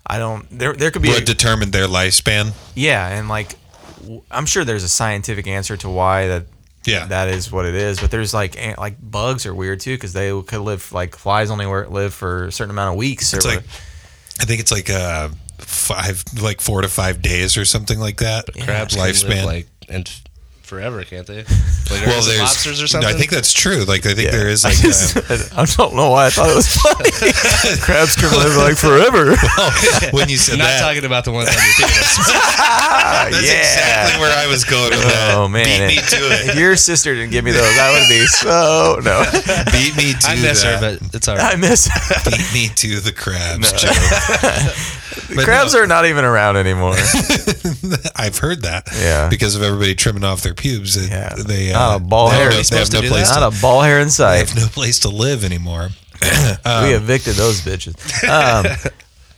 I don't. There there could be
what determined their lifespan?
yeah, and like w- I'm sure there's a scientific answer to why that.
Yeah.
that is what it is. But there's like ant, like bugs are weird too because they could live like flies only wor- live for a certain amount of weeks.
It's
or,
like I think it's like uh five, like four to five days or something like that.
crabs can live,
lifespan.
like and f- forever, can't they? Like
well,
there's
there's
lobsters or something.
I think that's true. Like I think there is
I,
like. uh,
just- I don't know why I thought it was funny. Crabs can live like forever.
when you said
I'm not
that,
talking about the ones on your penis.
that's exactly where I was going with that.
Oh man!
beat me
If-
to it.
If your sister didn't give me those, I would be so no.
Beat me to
I miss
that.
her, but it's all
I
right.
miss
Beat me to the crabs. Joe. But
crabs
no,
are not even around anymore.
I've heard that.
Yeah.
Because of everybody trimming off their pubes. It,
Yeah.
They
Not
uh,
a ball
they
hair.
have no- They have no place. To,
Not a ball hair in
they
sight.
have no place to live anymore. Um,
we evicted those bitches.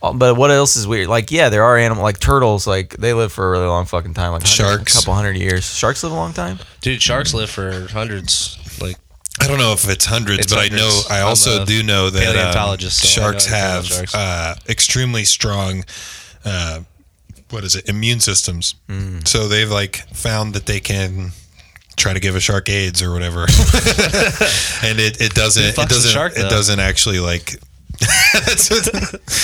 Um, but what else is weird? Like, yeah, there are animal like turtles. Like they live for a really long fucking time. Like hundred-
Sharks.
a couple hundred years. Sharks live a long time.
Dude, sharks live for hundreds. Like
I don't know if it's hundreds,
It's
but I know
hundreds.
I
I'm
also
a
do know that um,
paleontologist, so I know
sharks
everything about
have
sharks.
Uh, extremely strong. Uh, what is it? Immune systems.
Hmm.
So they've like found that they can try to give a shark AIDS or whatever, and it, it doesn't
Who fucks
it
a
doesn't
shark,
it
though?
doesn't actually like. That's what-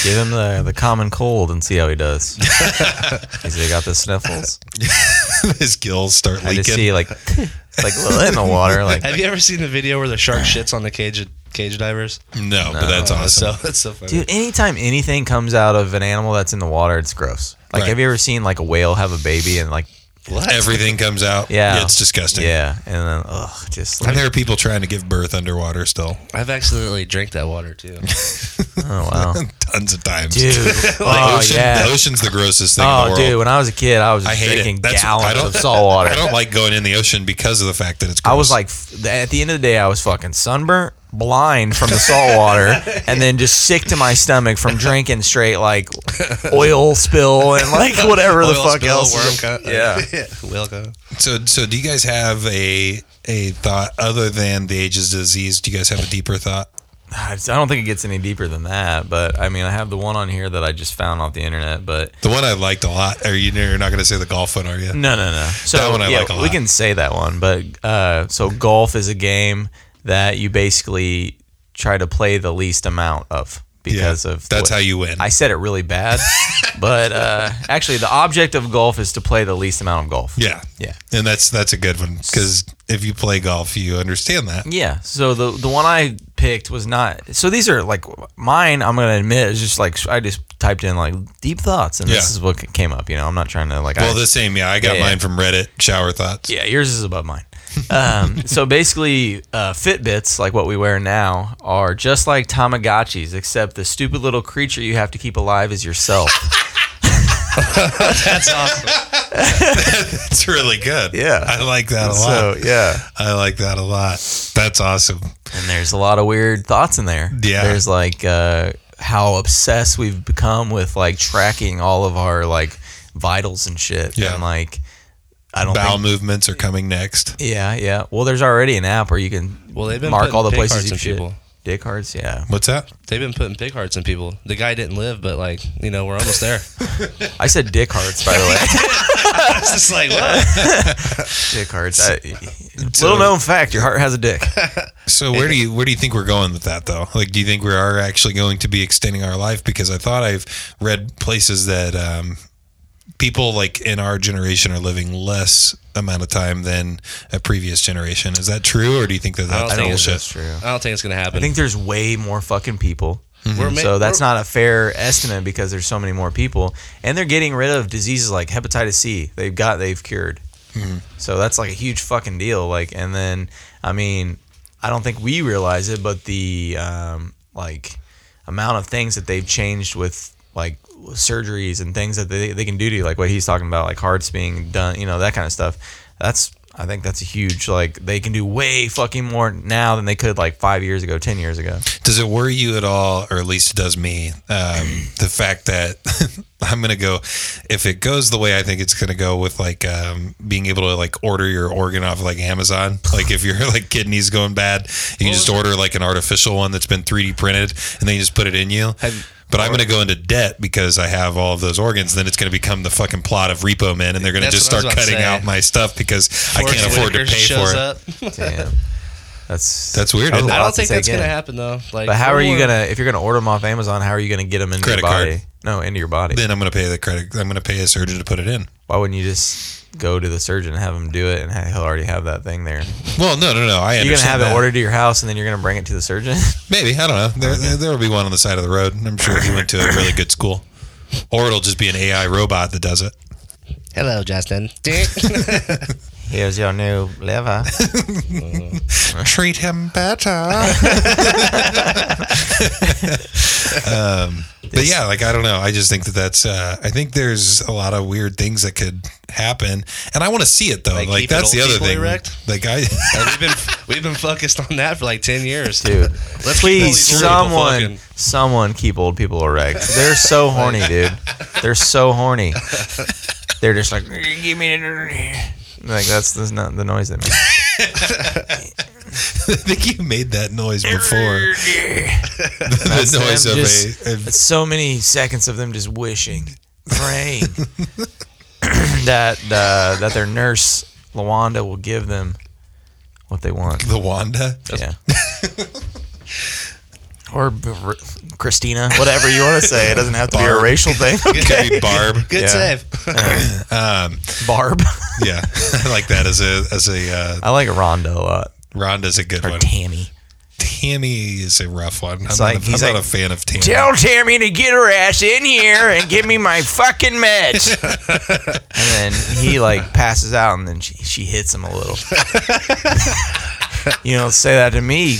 Give him the, the common cold and see how he does. He's either got the sniffles.
his gills start
I
leaking.
just see like like in the water. Like
Have you ever seen the video where the shark shits on the cage cage divers?
no, but that's awesome.
So that's so funny.
Dude, anytime anything comes out of an animal that's in the water, it's gross. Like,
Right.
have you ever seen like a whale have a baby and like,
Everything comes out.
yeah,
it's disgusting.
Yeah, and then ugh, just
And
like,
there are people trying to give birth underwater still,
I've accidentally drank that water too.
oh wow,
tons of times.
dude, oh
ocean,
yeah,
the ocean's the grossest thing in the
oh
world.
dude. When I was a kid, I was
I hate
drinking
it. That's, I
gallons
don't,
of salt water.
I don't like going in the ocean because of the fact that it's. Gross.
I was like, f- at the end of the day, I was fucking sunburnt, blind from the salt water, and then just sick to my stomach from drinking straight like oil spill and like whatever the
Oil
fuck
spill,
else.
worm
is-
cut.
yeah.
Whale go.
so. So, do you guys have a a thought other than the ages disease? Do you guys have a deeper thought?
I just- I don't think it gets any deeper than that. But I mean, I have the one on here that I just found off the internet. But
The one I liked a lot. Are you? You're not going to say the golf one, are you?
No, no, no. So
that one I
yeah,
like a lot.
we can say that one, but uh, so golf is a game that you basically try to play the least amount of because of
that's
what-
how you win.
I said it really bad, but uh, actually, the object of golf is to play the least amount of golf.
Yeah,
yeah,
and that's that's a good one because if you play golf, you understand that.
Yeah. So the the one I picked was not. So these are like mine. I'm gonna admit is just like I just typed in like deep thoughts, and this
Yeah.
is what came up. You know, I'm not trying to like.
well,
I,
the same. Yeah, I got
Yeah, yeah.
mine from Reddit. Shower thoughts.
Yeah, yours is above mine. um, so basically, uh, Fitbits, like what we wear now, are just like Tamagotchis, except the stupid little creature you have to keep alive is yourself.
That's awesome. That's really good. Yeah, I like that a lot.
So, yeah.
I like that a lot. That's awesome.
And there's a lot of weird thoughts in there.
Yeah.
There's like uh, how obsessed we've become with like tracking all of our like vitals and shit.
Yeah.
And like, I don't
Bowel
think-
movements are coming next.
Yeah, yeah. Well, there's already an app where you can
Well, they've been
mark
putting
all the
pig hearts
places you
in
shit.
people.
Dick hearts, yeah.
What's that?
They've been putting pig hearts in people. The guy didn't live, but like you know, we're almost there.
I said dick hearts, by the way.
I was just like, what?
dick hearts. I, little known fact: your heart has a dick.
So where do you where do you think we're going with that though? Like, do you think we are actually going to be extending our life? Because I thought I've read places that um, people like in our generation are living less amount of time than a previous generation. Is that true, or do you think that
I don't
that's
think
bullshit?
that's true. I don't think it's gonna happen.
I think there's way more fucking people.
Mm-hmm.
Mhm. We're ma-
Mm-hmm. so that's
we're-
not a fair estimate because there's so many more people, and they're getting rid of diseases like hepatitis C. They've got they've cured.
Mm-hmm.
Mhm.
So that's like a huge fucking deal. Like, and then I mean, I don't think we realize it, but the um, like amount of things that they've changed with like surgeries and things that they, they can do to you, like what he's talking about, like hearts being done, you know, that kind of stuff. That's I think that's a huge like they can do way fucking more now than they could like five years ago, ten years ago.
Does it worry you at all, or at least it does me, um, the fact that I'm going to go, if it goes the way I think it's going to go with like um, being able to like order your organ off like Amazon, like if your like kidney's going bad, you can just order like an artificial one that's been 3D printed and then you just put it in you. but I'm going to go into debt because I have all of those organs. Then it's going to become the fucking plot of Repo Man, and they're going to
That's
just
what I
start
was about to
cutting
say.
out my stuff because I
Forrest
can't afford to
Whitaker
pay
shows
for it.
up.
Damn. That's
That's weird,
that was
isn't
a
it? I
lot
don't
to
think that's
take in.
gonna
happen, though. Like,
but how are you
or-
gonna if you're gonna order them off Amazon? How are you gonna get them into
Credit
your
card.
body? No, into your body.
Then I'm going to pay the credit. I'm going to pay a surgeon to put it in.
Why wouldn't you just go to the surgeon and have him do it, and ha- he'll already have that thing there?
Well, no, no, no. I
you're gonna
understand
have
that.
it ordered to your house, and then you're gonna bring it to the surgeon.
Maybe I don't know. There, there, there will be one on the side of the road. I'm sure if you went to a really good school, or it'll just be an AI robot that does it.
Hello, Justin.
Here's your new liver.
Treat him better. um, but yeah, like I don't know. I just think that that's. Uh, I think there's a lot of weird things that could happen, and I want to see it though. Like,
Like, keep
that's the
adult
other
people
thing.
erect?
Like I.
Like, we've been we've been focused on that for like ten years,
dude.
Let's keep all
Please,
these old people
someone,
fucking.
someone keep old people erect. They're so horny, dude. They're so horny. They're just like, give me like that's, that's not the noise they make.
I think you made that noise before.
That's
the
them
noise of
just-
a, a
that's so many seconds of them just wishing, praying that uh, that their nurse Lawanda will give them what they want.
Lawanda,
yeah, or B- R- Christina, whatever you want to say. It doesn't have to be a
Barb.
racial thing.
It could be Barb. Good save. um,
Barb.
yeah, I like that as a as a. Uh,
I like Rhonda a lot.
Rhonda's a good
Or
one.
Tammy.
Tammy is a rough one. I'm,
It's
not,
like-
a- I'm
he's
not
like,
a fan of Tammy.
Tell Tammy to get her ass in here and give me my fucking meds. and then he like passes out, and then she, she hits him a little. you don't say that to me,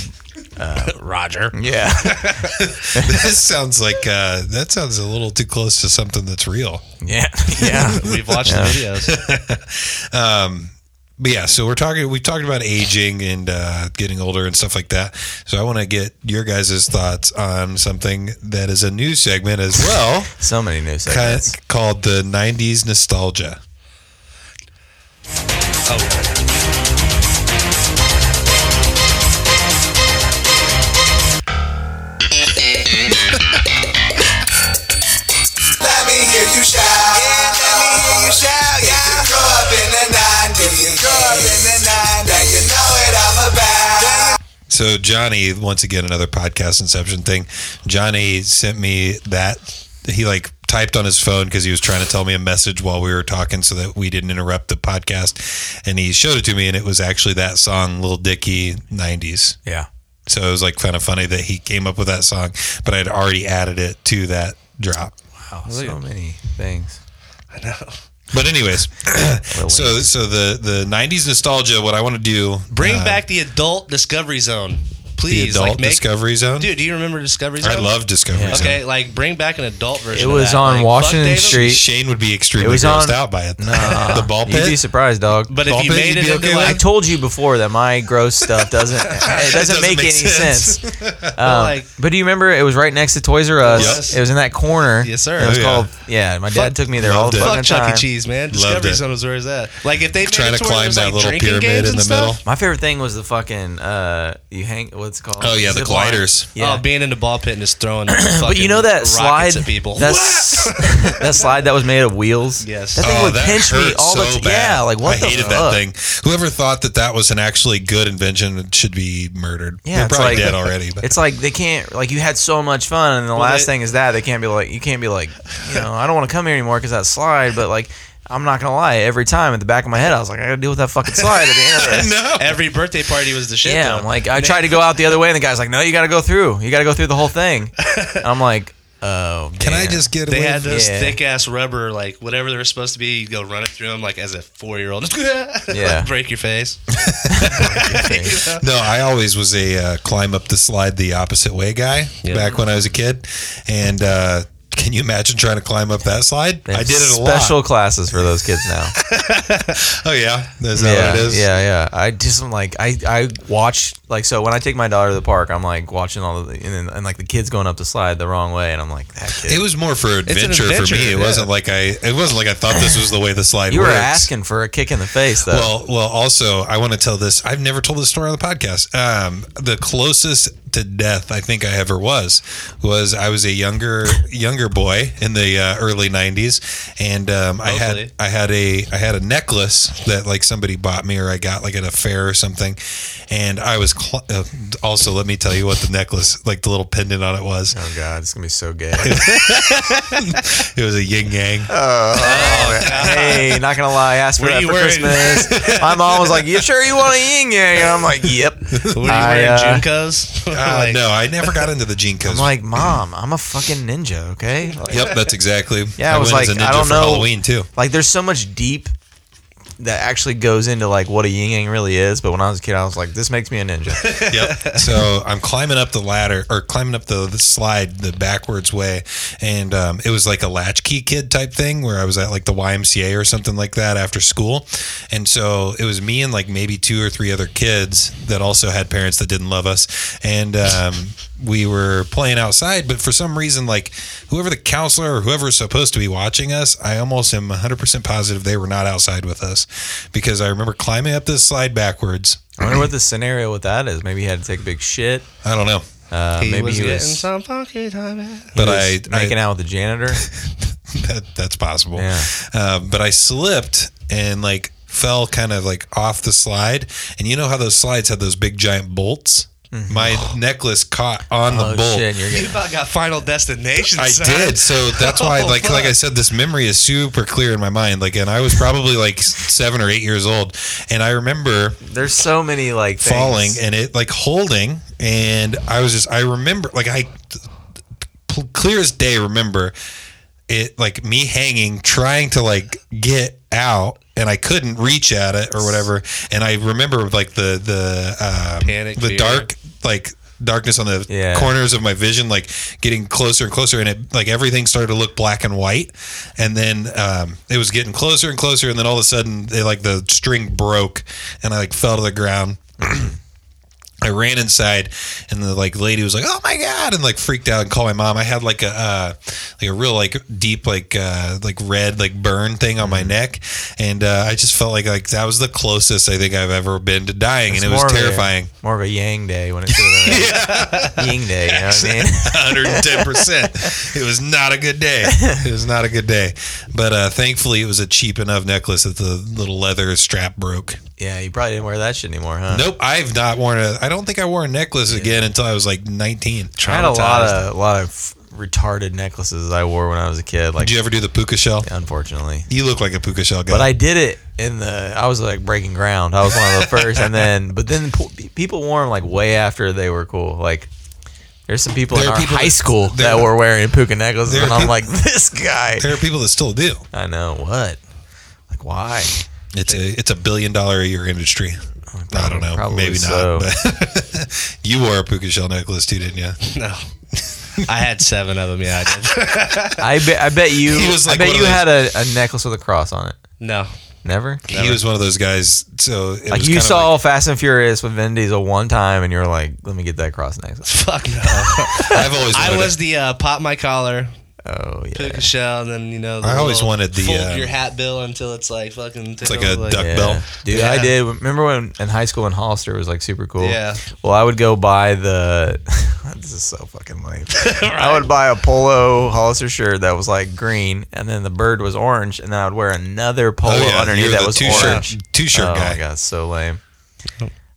uh, Roger. Yeah,
that sounds like uh, that sounds a little too close to something that's real.
yeah, yeah.
We've watched the
Yeah.
videos.
um, but yeah, so we're talking. We've talked about aging and uh, getting older and stuff like that. So I want to get your guys' thoughts on something that is a new segment as well,
So many new
ca-
segments.
called the '90s nostalgia. so Johnny, once again, another podcast inception thing. Johnny sent me that. He like typed on his phone because he was trying to tell me a message while we were talking so that we didn't interrupt the podcast. And he showed it to me, and it was actually that song, Little Dicky 90s.
Yeah.
So it was like kind of funny that he came up with that song, but I'd already added it to that drop.
Wow, so many things.
I know. But anyways, so so the the '90s nostalgia. What I want to do
Bring
uh,
back the adult Discovery Zone, please.
adult Discovery Zone?
dude. Do you remember Discovery Zone?
I love Discovery Zone.
Okay, like bring back an adult
It
version. of
was
that.
on
Like, Buck
Washington
Davis-
Street.
Shane would be extremely
It was
grossed
on-
out by it.
Nah.
The ball
You'd be
pit?
surprised, dog.
But if
Ball
you
pit,
made
you'd
it
be
into
okay with
I
like,
told you before that my gross stuff doesn't it doesn't,
doesn't
make,
make
any
sense.
sense.
Well,
Um,
like-
but do you remember it was right next to Toys R Us?
Yes.
It was in that corner.
Yes, sir.
It was
Oh, yeah.
called yeah. My dad
Fuck-
took me there all
loved
the
it.
fucking
fuck Chuck
time.
E. Cheese, man.
Loved
Discovery
it.
Zone was where is that? Like if they made
Trying
it
to
where there
climb
was,
that
like,
little
drinking
pyramid
games
in
and
the
stuff?
middle.
My favorite thing was the fucking uh, you hang what's it called?
Oh, yeah, the
Zip line.
gliders.
Yeah.
Oh, being in the ball pit and just throwing.
but you know that slide
at people.
That's that slide that was made of wheels.
Yes.
That thing would
Oh, that
pinch me
hurt
all the
so
time.
bad.
Yeah, like what
I
the
hated
fuck?
that thing. Whoever thought that that was an actually good invention should be murdered.
Yeah,
They're
it's
probably
like-
dead already. But.
It's like they can't like you had so much fun, and the last
they-
thing is that they can't be like you can't be like you know I don't want to come here anymore because that slide. But like I'm not gonna lie, every time at the back of my head I was like I gotta deal with that fucking slide at the end of this.
no.
Every birthday party was the shit.
Yeah,
though.
I'm like I tried to go out the other way, and the guy's like, no, you gotta go through. You gotta go through the whole thing. And I'm like, oh,
Can I
man."
just get
They
away?
had those
Yeah.
thick ass rubber, like whatever they were supposed to be. You go run it through them, like as a four year old.
Yeah.
break your face.
no, I always was a uh, climb up the slide the opposite way guy
Yeah.
back when I was a kid. And uh, can you imagine trying to climb up that slide?
They have
I did it a
special
lot.
classes for those kids now.
Oh yeah, is that
yeah,
what it is?
Yeah, yeah. I just am like I I watch like so when I take my daughter to the park, I'm like watching all of the and, then, and like the kids going up the slide the wrong way, and I'm like that kid.
It was more for adventure, for
adventure,
me. It
yeah.
wasn't like I. It wasn't like I thought this was the way the slide.
you were
works.
asking for a kick in the face though.
Well, well. Also, I want to tell this. I've never told this story on the podcast. Um, the closest to death I think I ever was was I was a younger younger boy in the uh, early '90s, and um, I had
Hopefully.
I had a I had a necklace that like somebody bought me or I got like at a fair or something, and I was cl- uh, also let me tell you what the necklace like the little pendant on it was.
oh god, it's gonna be so gay.
It was a yin yang.
hey, not gonna lie, I asked for
Were
that
you
for
wearing-
Christmas. my mom was like, "You sure you want a yin yang?" And I'm like, "Yep."
What are you
I,
wearing,
uh,
Junkos?
Uh,
Like,
no, I never got into the gene
I'm
codes.
like, "Mom, I'm a fucking ninja." Okay. Like,
yep, that's exactly.
Yeah, I was
went as
like,
a ninja
I don't
for
know.
Halloween too.
Like, there's so much deep that actually goes into like what a yin yang really is. But when I was a kid, I was like, "This makes me a ninja."
yep. So I'm climbing up the ladder or climbing up the, the slide the backwards way. And um, it was like a latchkey kid type thing where I was at like the YMCA or something like that after school. And so it was me and like maybe two or three other kids that also had parents that didn't love us. And um, we were playing outside, but for some reason, like whoever the counselor or whoever is supposed to be watching us, I almost am 100% positive they were not outside with us because I remember climbing up this slide backwards.
I wonder what the scenario with that is. Maybe he had to take a big shit.
I don't know.
Uh,
he
maybe
was
he
getting
was,
some funky time. man.
he
But
was
I, I
making out with the janitor.
that that's possible.
Yeah.
Um, but I slipped and like fell kind of like off the slide. And you know how those slides had those big giant bolts? My necklace caught on the
Mm-hmm. oh
bolt.
shit! You're
You
getting
about got Final Destination.
I
son.
did. So that's why,
Oh,
like, like I
fuck.
said, this memory is super clear in my mind. Like, and I was probably like seven or eight years old, and I remember
there's so many like things.
falling and it like holding and i was just i remember like i p- clear as day remember it like me hanging trying to like get out and i couldn't reach at it or whatever and i remember like the the um,
Panic,
the
fear.
dark like darkness on the
Yeah.
corners of my vision like getting closer and closer and it like everything started to look black and white and then um, it was getting closer and closer and then all of a sudden they like the string broke and i like fell to the ground I ran inside, and the like lady was like, "Oh my god!" and like freaked out and called my mom. I had like a uh, like a real like deep like uh, like red like burn thing on my
Mm-hmm.
neck, and uh, I just felt like like that was the closest I think I've ever been to dying,
It's
and it was
more of a-
terrifying.
more of a yang day when it should have been a ying day. You know what I mean?
110 percent. It was not a good day. It was not a good day, but uh, thankfully it was a cheap enough necklace that the little leather strap broke.
Yeah, you probably didn't wear that shit anymore, huh?
Nope, I've not worn a. I don't think I wore a necklace again until I was like 19.
I had a lot of a lot of retarded necklaces I wore when I was a kid. Like,
Did you ever do the puka shell?
Unfortunately,
you look like a puka shell guy.
But I did it in the. I was like breaking ground. I was one of the first, and then but then po- people wore them like way after they were cool. Like there's some people
There
in
are
our
people
high
that-
school
there-
that were wearing puka necklaces,
there are
and I'm
peop-
like, this guy.
There are people that still do.
I know what. Like why?
It's a it's a billion dollar a year industry. I don't know.
Oh, probably
Maybe
so.
not. But you wore a puka shell necklace too, didn't you?
No. I had seven of them. Yeah, I did.
I bet I bet you
He was like
I
one
bet
of
you
those-
had a, a necklace with a cross on it.
No.
Never.
He was one of those guys. So it
Like
was
you
kind of
saw Fast and Furious with Vin Diesel one time, and you're like, "Let me get that cross necklace."
Fuck no.
I've always
I
wanted
was the uh, pop my collar,
Oh yeah.
puka shell, and then you know. The
I always
little
wanted the,
fold
um,
your hat bill until it's like fucking. It's
like a duck
Yeah.
belt.
Dude,
Yeah.
I did. Remember when in high school when Hollister was like super cool?
Yeah.
Well, I would go buy the. this is so fucking lame. I would buy a polo Hollister shirt that was like green, and then the bird was orange, and then I would wear another polo
yeah,
underneath
you're
that
the
was
two-shirt-
orange.
two-shirt
oh,
guy.
my god, so lame.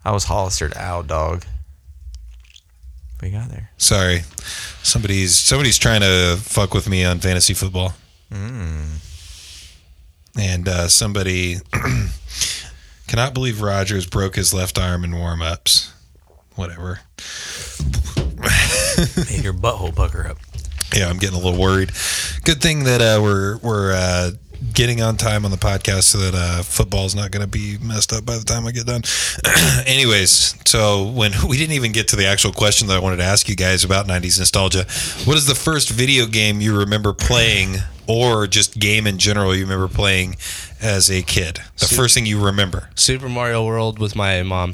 I was Hollistered out, dog. We got there.
Sorry, somebody's somebody's trying to fuck with me on fantasy football,
Mm.
and uh, somebody cannot believe Rogers broke his left arm in warm ups. Whatever.
Made your butthole pucker up.
Yeah, I'm getting a little worried. Good thing that uh, we're we're uh, getting on time on the podcast so that uh, football's not going to be messed up by the time I get done. Anyways, so when we didn't even get to the actual question that I wanted to ask you guys about 90s nostalgia, what is the first video game you remember playing, or just game in general you remember playing as a kid? The
Su-
first thing you remember.
Super Mario World with my mom.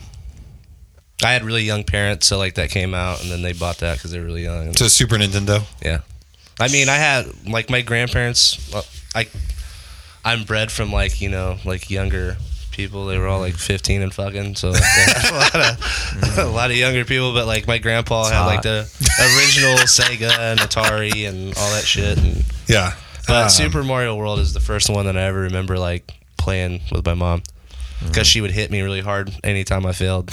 I had really young parents, so like that came out, and then they bought that because they were really young.
So Super Nintendo.
Yeah. I mean, I had like my grandparents. well, I, I'm bred from like you know like younger people. They were all like 15 and fucking, so like, a lot of a lot of younger people. But like my grandpa
Mm. It's
had like
hot.
the original Sega and Atari and all that shit. And
Yeah.
but
Um,
Super Mario World is the first one that I ever remember like playing with my mom because she would hit me really hard anytime I failed.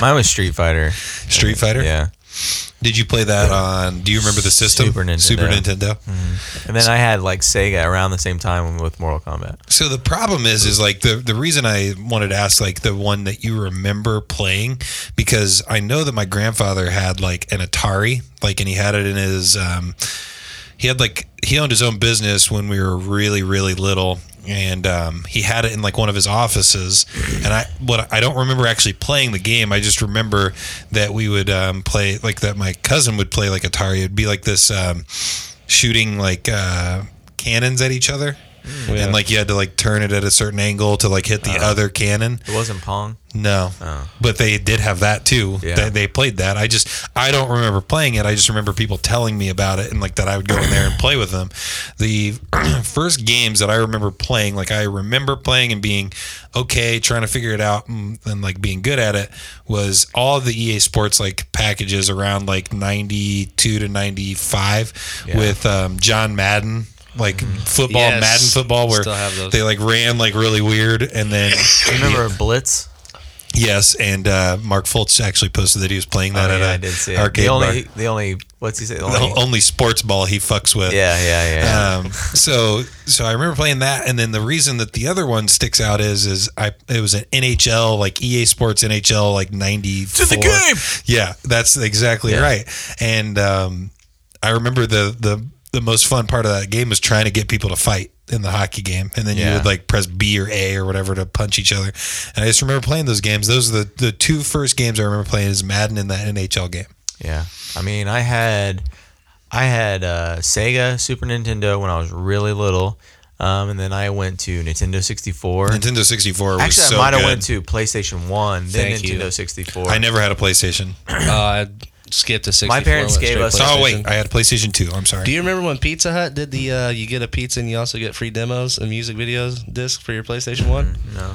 Mine was Street Fighter.
Street Fighter.
Uh, Yeah.
Did you play that on? Do you remember the system?
Super Nintendo.
Super Nintendo.
And then I had like Sega around the same time with Mortal Kombat.
So the problem is, is like the the reason I wanted to ask like the one that you remember playing because I know that my grandfather had like an Atari, like, and he had it in his. Um, he had like he owned his own business when we were really really little and um, he had it in like one of his offices and i what i don't remember actually playing the game i just remember that we would um, play like that my cousin would play like atari it'd be like this um, shooting like uh, cannons at each other
Yeah.
and like you had to like turn it at a certain angle to like hit the other cannon
It wasn't Pong.
no,
Oh.
but they did have that too.
Yeah.
They, they played that. I just I don't remember playing it. I just remember people telling me about it and like that I would go in there and play with them. The first games that I remember playing, like I remember playing and being okay, trying to figure it out and, and like being good at it, was all the EA Sports like packages around like ninety two to ninety five
Yeah.
with um, John Madden. Like football,
Mm. Yes.
Madden football, where
Still have those.
they like ran like really weird, and then
Remember Blitz?
Yes, and uh, Mark Fultz actually posted that he was playing that
Oh,
at
yeah,
a
I did see it.
arcade
the
bar.
only, the only, what's he say? The
The
only,
only sports ball he fucks with.
yeah, yeah, yeah. yeah.
Um, so, so I remember playing that, and then the reason that the other one sticks out is, is I it was an NHL like EA Sports NHL like ninety
To the game!
Yeah, that's exactly
Yeah.
right. And um, I remember the the the most fun part of that game was trying to get people to fight in the hockey game, and then you
Yeah.
would like press B or A or whatever to punch each other. And I just remember playing those games. Those are the the two first games I remember playing is Madden and that NHL game.
yeah. I mean, I had, I had uh, Sega, Super Nintendo when I was really little. Um, and then I went to Nintendo 64.
Nintendo sixty four was
Actually,
so
I might
good.
have went to PlayStation 1, then
Thank you.
Nintendo 64.
I never had a PlayStation.
Uh, I skipped a 64.
My parents
went
gave
straight
us-
Oh
PlayStation.
wait, I had a PlayStation Two. I'm sorry.
Do you remember when Pizza Hut did the uh, you get a pizza and you also get free demos and music videos disc for your PlayStation 1?
No.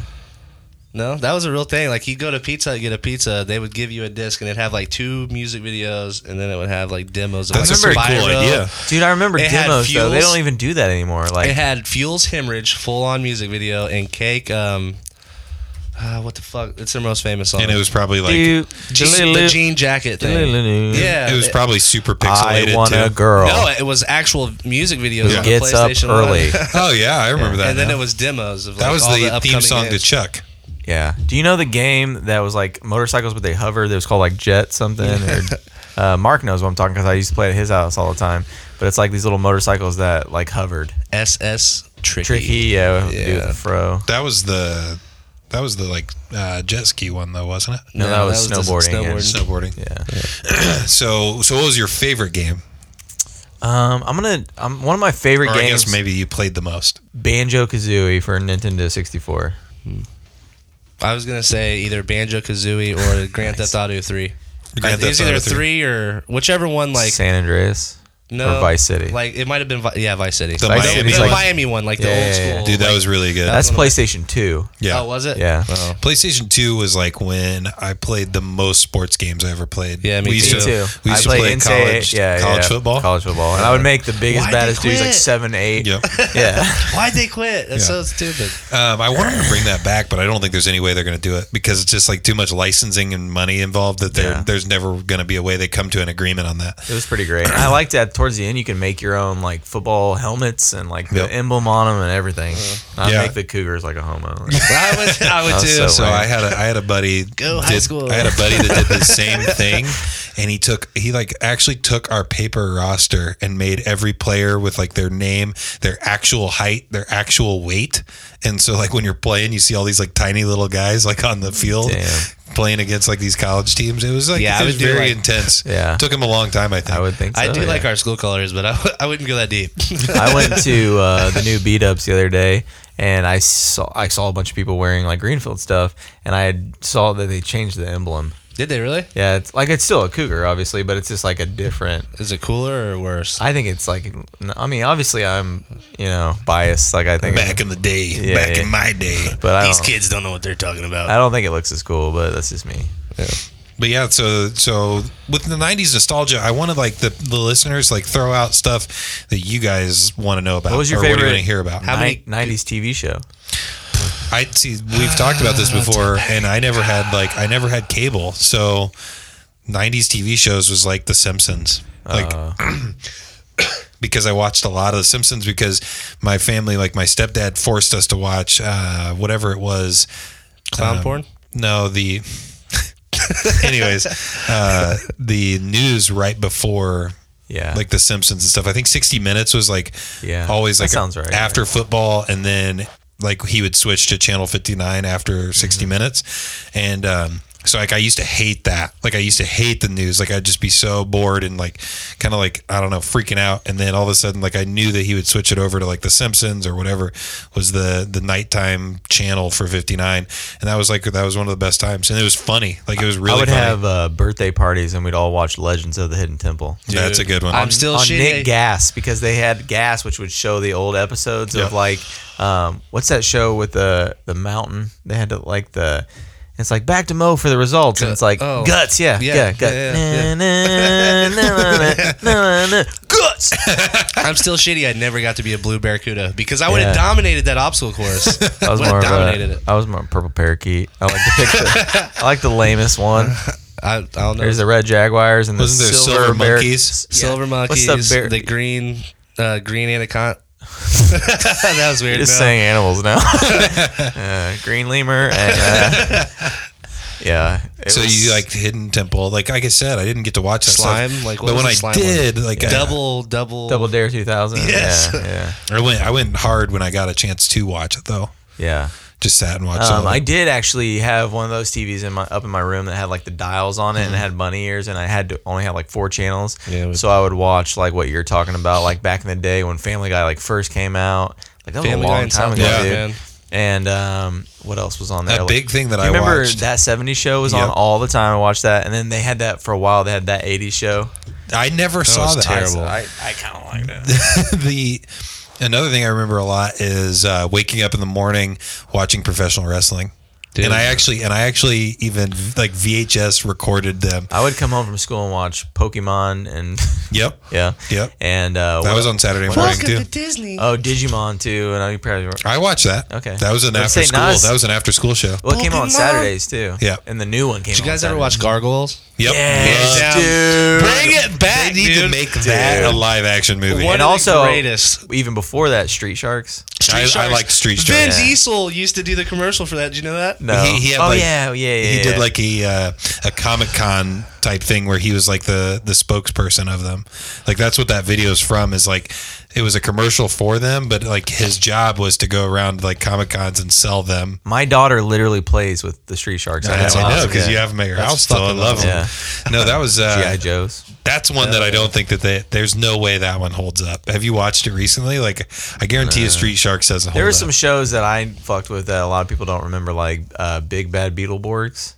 No, that was a real thing. Like you go to Pizza Hut, get a pizza, they would give you a disc and it'd have like two music videos and then it would have like demos of
That's a
like
pretty cool
Spyro.
idea.
Dude, I remember
It had
demos, though. They
Fuels.
don't even do that anymore. Like,
It had Fuel's Hemorrhage full on music video and Cake um Uh, what the fuck? It's their most famous song.
And it was probably like-
Jean- the jean jacket thing. Yeah,
It was probably super pixelated.
I want
too.
a girl.
No, it was actual music videos.
Who
on
gets
the
up
PlayStation
early.
1.
Oh, yeah, I remember that
And then
now.
it was demos of like,
That was
all the,
the theme
upcoming
song to
games.
Chuck.
Yeah. Do you know the game that was like motorcycles, but they hovered? It was called like Jet something. Or, uh, Mark knows what I'm talking because I used to play at his house all the time. But it's like these little motorcycles that like hovered.
SS Tricky.
Tricky, yeah.
Yeah.
Dude, the fro.
That was the that was the like uh, jet ski one though, wasn't it?
No, No, that was that was the snowboarding.
Snowboarding. Yeah. so so what was your favorite game?
Um, I'm gonna. Um, one of my favorite
Or I
games.
guess maybe you played the most.
Banjo Kazooie for Nintendo 64.
I was gonna say either Banjo Kazooie or Grand Theft Auto Three.
Grand
I think it's
Theft
either
Auto 3.
three or whichever one. Like
San Andreas.
no,
Or Vice City.
Like it might have been Vi- yeah Vice City.
The Vice City's
the
like-
Miami one, like the
Yeah,
old
yeah,
school.
yeah.
Dude, that
like-
was really good.
That's PlayStation 2.
Yeah. Uh-huh.
Oh, was it?
Yeah.
PlayStation 2 was like when I played the most sports games I ever played.
Yeah, me
we used
too.
to,
Me too.
We used
I
to
played
play
NCAA
college,
yeah,
college
yeah,
football.
college football. And I would make the biggest,
Why'd they
baddest dudes like
quit?
7, 8.
Yep.
Yeah.
Why'd they quit? That's
Yeah.
so stupid.
Um, I wanted to bring that back, but I don't think there's any way they're going to do it because it's just like too much licensing and money involved that there
Yeah.
there's never going to be a way they come to an agreement on that.
It was pretty great. And I liked that towards the end, you can make your own like football helmets and like
Yep.
the emblem on them and everything.
Uh-huh.
I
Yeah.
make the Cougars like a homo.
I would, I would
Uh,
too.
so I had a I had a buddy
Go
did-
high school.
I had a buddy that did the same thing, and he took he like actually took our paper roster and made every player with like their name, their actual height, their actual weight, and so like when you're playing, you see all these like tiny little guys like on the field. Playing against like these college teams, it was like
Yeah, I
it was
would do,
very
like-
intense.
Yeah.
took him a long time. I think I would
think.
I
so,
do
yeah.
like our school colors, but I w- I wouldn't go that deep.
I went to uh, the new beat ups the other day, and I saw I saw a bunch of people wearing like Greenfield stuff, and I had saw that they changed the emblem.
Did they really?
Yeah, it's like it's still a cougar, obviously, but it's just like a different.
Is it cooler or worse?
I think it's like, n- I mean, obviously, I'm you know biased. Like I think
Back in the day,
Yeah,
back
yeah.
in my day,
but I
These
don't- Uh,
kids don't know what they're talking about.
I don't think it looks as cool, but that's just me.
But yeah, so so with the '90s nostalgia, I want to like the, the listeners like throw out stuff that you guys want to know about.
What was your
or What do
favorite
you want to hear about?
How many '90s TV show?
I see. We've talked about this before, and I never had like I never had cable, so '90s TV shows was like The Simpsons, like.
Uh.
Because I watched a lot of The Simpsons because my family, like my stepdad, forced us to watch uh, whatever it was.
Clown
um,
porn?
No, the. anyways, uh, the news right before.
Yeah.
Like the Simpsons and stuff. I think 60 Minutes was like
Yeah.
always
That
like
sounds right,
after football and then like he would switch to channel 59 after
Mm-hmm.
60 minutes and um so like I used to hate that. Like I used to hate the news. Like I'd just be so bored and like kind of like I don't know freaking out. And then all of a sudden, like I knew that he would switch it over to like The Simpsons or whatever was the the nighttime channel for fifty nine. And that was like that was one of the best times. And it was funny. Like it was really.
I would
funny.
have uh, birthday parties, and we'd all watch Legends of the Hidden Temple.
That's a good one.
on- on Nick Gas because they had Gas, which would show the old episodes
Yeah.
of like, um, what's that show with the the mountain? They had to like the. It's like back to Mo for the results, and it's like
oh.
guts, yeah,
Yeah,
yeah,
yeah,
gut.
yeah,
guts.
I'm still shitty. I never got to be a blue barracuda because I would have
Yeah.
dominated that obstacle course.
I was
Would
more
have
of
dominated
a,
it.
I was more purple parakeet. I like to pick the, I like the lamest one.
I, I don't know.
There's the red jaguars and the
Wasn't there
silver,
silver
bear-
monkeys?
Yeah.
silver
What's
monkeys,
the bear-
the green, uh, green anaconda. that was
You're
weird.
just
no.
saying animals now. uh, green lemur and uh, yeah. it
so
was-
you like Hidden Temple? Like like I said, I didn't get to watch that stuff.
slime. Like, what
but
was
when
the
I
slime
did,
one?
like I-
double, double,
Double Dare 2000?
Yes.
Yeah, yeah.
I went I went hard when I got a chance to watch it though.
Yeah.
Just sat and watched.
Um,
all of
I
it.
did actually have one of those TVs in my up in my room that had like the dials on it and it
Mm-hmm.
had bunny ears and I had to only had like four channels.
Yeah, we-
so I would watch like what you're talking about, like back in the day when Family Guy like first came out. Like that was
Family
a
Guy
long
and
time
South
ago,
Park,
dude.
man.
And um, what else was on there?
That
Like-
big thing that
Do you
I
remember
watched.
that '70s show was on
Yep.
all the time. I watched that, and then they had that for a while. They had that '80s show.
I never saw
was
that.
terrible.
I, I kind of like that.
the another thing I remember a lot is uh, waking up in the morning watching professional wrestling. And I actually and I actually even like VHS recorded them.
I would come home from school and watch Pokemon and
Yep.
yeah,
Yep.
And uh,
That
what-
was on Saturday
what
morning,
else?
Welcome too. to
Disney.
Oh, Digimon too, and I probably
I watched that.
Okay,
That was an
I'd
after
say
school.
Nas-
That was an after school show.
Well, it came out on
Pokemon.
Saturdays too.
Yeah.
and the new one came.
Did you
out
guys
on
ever
Saturdays.
watch Gargoyles? Yep.
Yes,
Loved
dude.
Bring it back,
They need to
dude.
make that a live action movie.
and also, even before that, Street Sharks.
I, I liked Street
Vin
Sharks.
Diesel-
Diesel used to do the commercial for that. Did you know that?
No.
He, he had
Oh,
like,
yeah, yeah, yeah,
He
yeah.
did like a uh, a Comic Con type thing where he was like the the spokesperson of them. Like that's what that video is from. Is like it was a commercial for them, but like his job was to go around like Comic Cons and sell them.
My daughter literally plays with the Street Sharks.
I
That's
know, I know
awesome.
because you
Yeah.
have them at your
That's
house still. I
fucking
love
awesome.
them. No, that was uh,
GI Joe's.
That's one that I don't think that they, there's no way that one holds up. Have you watched it recently? Like I guarantee,
No.
a Street Sharks doesn't hold
There were
up.
some shows that I fucked with that a lot of people don't remember, like uh, Big Bad Beetleborgs.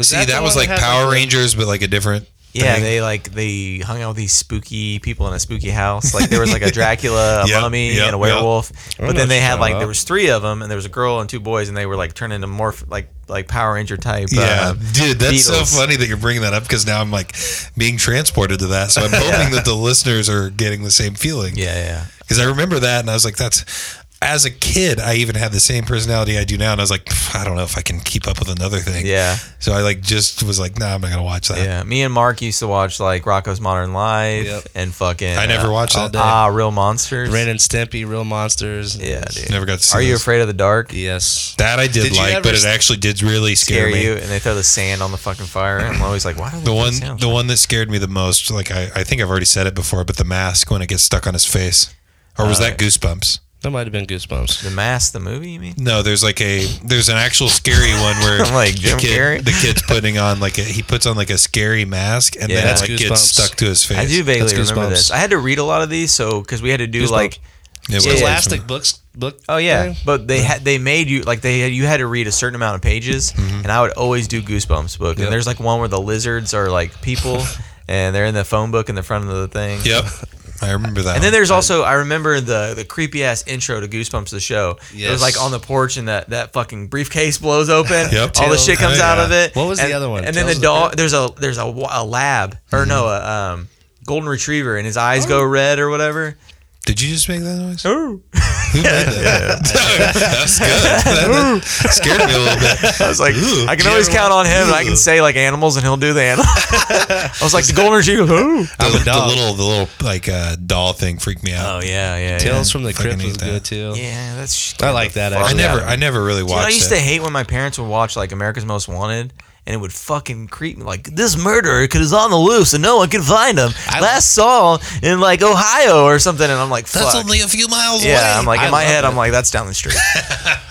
See, that, was like Power Rangers, but like a different.
Yeah,
thing.
they like they hung out with these spooky people in a spooky house. Like there was like a Dracula, a
Yep,
mummy,
yep,
and a
yep.
werewolf.
I'm
But
not
then they had
sure
like
about
there was three of them, and there was a girl and two boys, and they were like turned into more f- like like Power Ranger type.
Yeah,
uh,
dude, that's
Beatles.
so funny that you're bringing that up because now I'm like being transported to that. So I'm hoping that the listeners are getting the same feeling.
Yeah, yeah.
Because I remember that, and I was like, that's. As a kid, I even had the same personality I do now, and I was like, "Pff, I don't know if I can keep up with another thing.
Yeah.
So I like just was like, Nah, I'm not gonna watch that.
uh, Yeah, me and Mark used to watch like Rocco's Modern Life
Yep.
and fucking.
I never watched that.
Ah, Real Monsters.
Ren and Stimpy, Real Monsters.
Yeah, dude.
Never got to see
Are you
those.
afraid of the dark?
Yes.
That I did,
Did you
like,
ever
but it
s-
actually did really scare,
Scare
me.
you, and they throw the sand on the fucking fire. And I'm always like, why? Are they
The
doing
one,
sound?
the one that scared me the most, like I, I think I've already said it before, but the mask when it gets stuck on his face, or was
Uh,
that Goosebumps?
That might have been Goosebumps.
The Mask, the movie, you mean?
No, there's like a there's an actual scary one where
I'm like, Jim
the,
Carrey?
kid, the kid's putting on like a he puts on like a scary mask and then it
That's
like
Goosebumps.
gets stuck to his face.
I do vaguely remember this. I had to read a lot of these, so because we had to do
Goosebumps.
like
It was
Scholastic books. Book.
Oh yeah,
thing?
but they had they made you like they had, you had to read a certain amount of pages, and I would always do Goosebumps book.
Yep.
And there's like one where the lizards are like people, and they're in the phone book in the front of the thing.
Yep, I remember that.
And then
one.
there's also I remember the the creepy ass intro to Goosebumps the show. It
Yes.
was like on the porch and that that fucking briefcase blows open.
Yep.
All the shit comes
Oh,
out
yeah.
of it.
What was the
And-
other one?
And then
Tales
the
of the
dog. There's a there's a, wa- a lab or no a um, golden retriever and his eyes go red or whatever.
Did you just make that noise?
Oh.
Who made that? That's good. That, that scared me a little bit.
I was like, I can always count on him, and I can say like animals, and he'll do the animal. I was like, the golden retriever. Ooh.
The, the little the little like uh, doll thing freaked me out.
Oh yeah, yeah.
Tales
yeah.
from the
Fucking
Crypt
hate
was
that.
good too.
Yeah, that's. sh-
I like
Oh,
that.
I
Actually.
never I never really
Dude, I
watched
used
it.
to hate when my parents would watch like America's Most Wanted. And it would fucking creep me like this murderer could is on the loose and no one could find him. Last saw in like Ohio or something, and I'm like, fuck.
That's only a few miles away.
yeah, I'm like in
I
my
love
head,
it.
I'm like, that's down the street.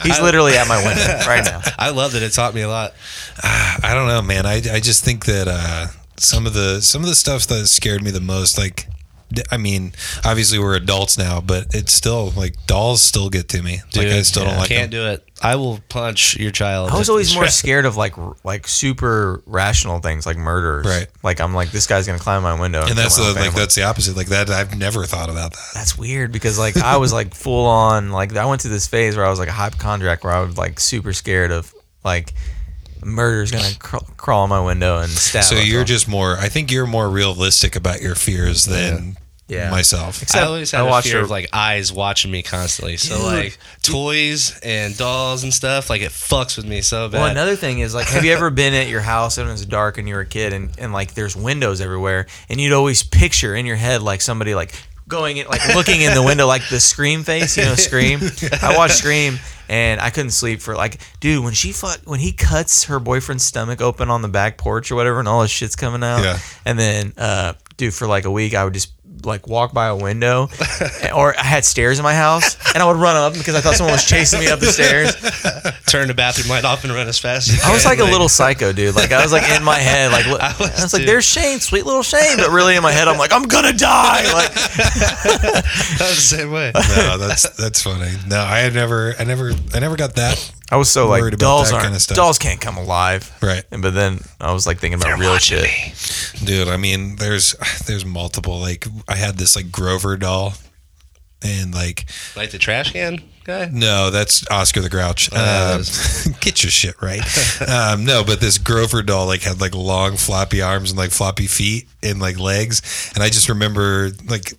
He's literally at my window right now.
I loved it. It taught me a lot.
I don't know, man. I, I just think that uh, some of the some of the stuff that scared me the most, like, d- I mean, obviously we're adults now, but it's still like dolls still get to me. like I still don't like
Can't
them.
do it. I will punch your child.
I was
if
always
you
more
try.
scared of like r- like super rational things like murders.
Right.
Like I'm like this guy's gonna climb my window.
and that's
kill
the like
my whole family.
that's the opposite. Like that, I've never thought about that.
that's weird because like I was like full on like I went through this phase where I was like a hypochondriac where I was like super scared of like murder's gonna cr- crawl in my window and stab.
so
us
you're
all.
just more. I think you're more realistic about your fears than
Yeah.
myself.
Except-
I always had
I
a
watched
fear
her-
of like eyes watching me constantly. So
Dude.
like toys and dolls and stuff, like it fucks with me so bad.
Well, another thing is like, have you ever been at your house and it was dark and you were a kid and, and like there's windows everywhere and you'd always picture in your head like somebody like going in, like looking in the window like the scream face, you know, scream. I watched Scream and I couldn't sleep for like, dude, when she fuck, when he cuts her boyfriend's stomach open on the back porch or whatever and all his shit's coming out,
Yeah.
and then uh, dude, for like a week I would just like walk by a window or I had stairs in my house and I would run up because I thought someone was chasing me up the stairs
Turn the bathroom light off and run as fast. As you
I was
can,
like a little psycho, dude. Like I was like in my head, like look, I was, like, "There's Shane, sweet little Shane," but really in my head, I'm like, "I'm gonna die." Like
That was the same way.
no, that's that's funny. No, I had never, I never, I never got that.
I was so
Worried
like
about
dolls
that
aren't
kinda stuff.
dolls can't come alive,
Right.
And but then I was like thinking about real shit.
dude i mean there's there's multiple like i had this like grover doll and like
Like the trash can guy?
no, that's Oscar the Grouch.
Oh,
Um, get your shit right. um, no, but this Grover doll like had like long floppy arms and like floppy feet and like legs, and I just remember like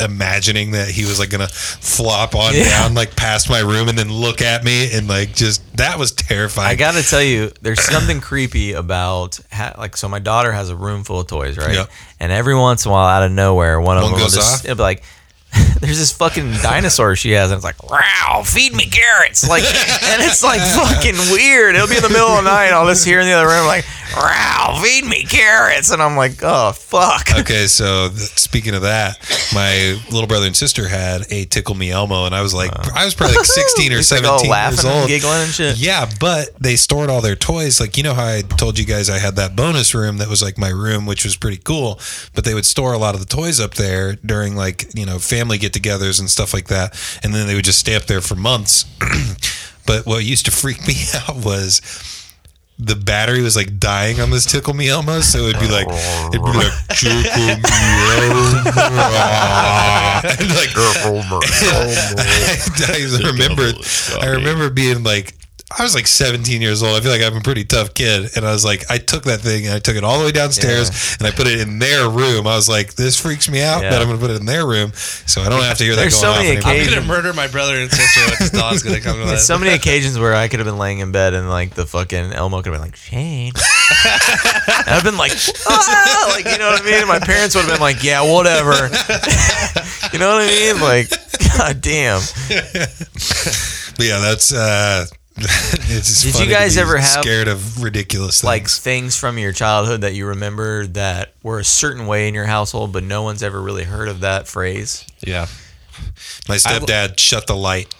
imagining that he was like gonna flop on
Yeah.
down like past my room and then look at me and like just that was terrifying.
I gotta tell you, there's something creepy about ha- like so. My daughter has a room full of toys, right?
Yep.
And every once in a while, out of nowhere, one, of
One
them
goes
will just
off?
it'll be like, "There's this fucking dinosaur she has," and it's like, "Wow, feed me carrots!" Like, and it's like fucking weird. It'll be in the middle of the night, and I'll just hear in the other room like, "Wow, feed me carrots," and I'm like, "Oh fuck."
Okay, so th- speaking of that, my little brother and sister had a Tickle Me Elmo, and I was like, I was probably like 16 or
Just, like, all
17 years
laughing and
old.
giggling and shit.
Yeah, but they stored all their toys. Like, you know how I told you guys I had that bonus room that was like my room, which was pretty cool, but they would store a lot of the toys up there during like, you know, family get togethers and stuff like that. And then they would just stay up there for months. but what used to freak me out was the battery was like dying on this tickle me elmo so it'd be like it'd be like tickle me elmo and like I, I remember I remember being like I was like 17 years old. I feel like I'm a pretty tough kid. And I was like, I took that thing and I took it all the way downstairs and I put it in their room. I was like, this freaks me out, but
Yeah.
I'm going to put it in their room so I don't have to hear that
There's
going
so
off
many
anymore.
occasions-
I'm gonna murder my brother and sister with this dog's gonna come to
There's
us.
so many occasions where I could have been laying in bed and like the fucking Elmo could have been like Shane. And I've been like, "Ah," like you know what I mean. And my parents would have been like, yeah, whatever. you know what I mean? Like, god damn.
But yeah, that's uh it's just
Did you
funny to
guys
be
ever have,
scared of ridiculous things.
Like things from your childhood that you remember that were a certain way in your household, but no one's ever really heard of that phrase.
yeah. My stepdad shut the light.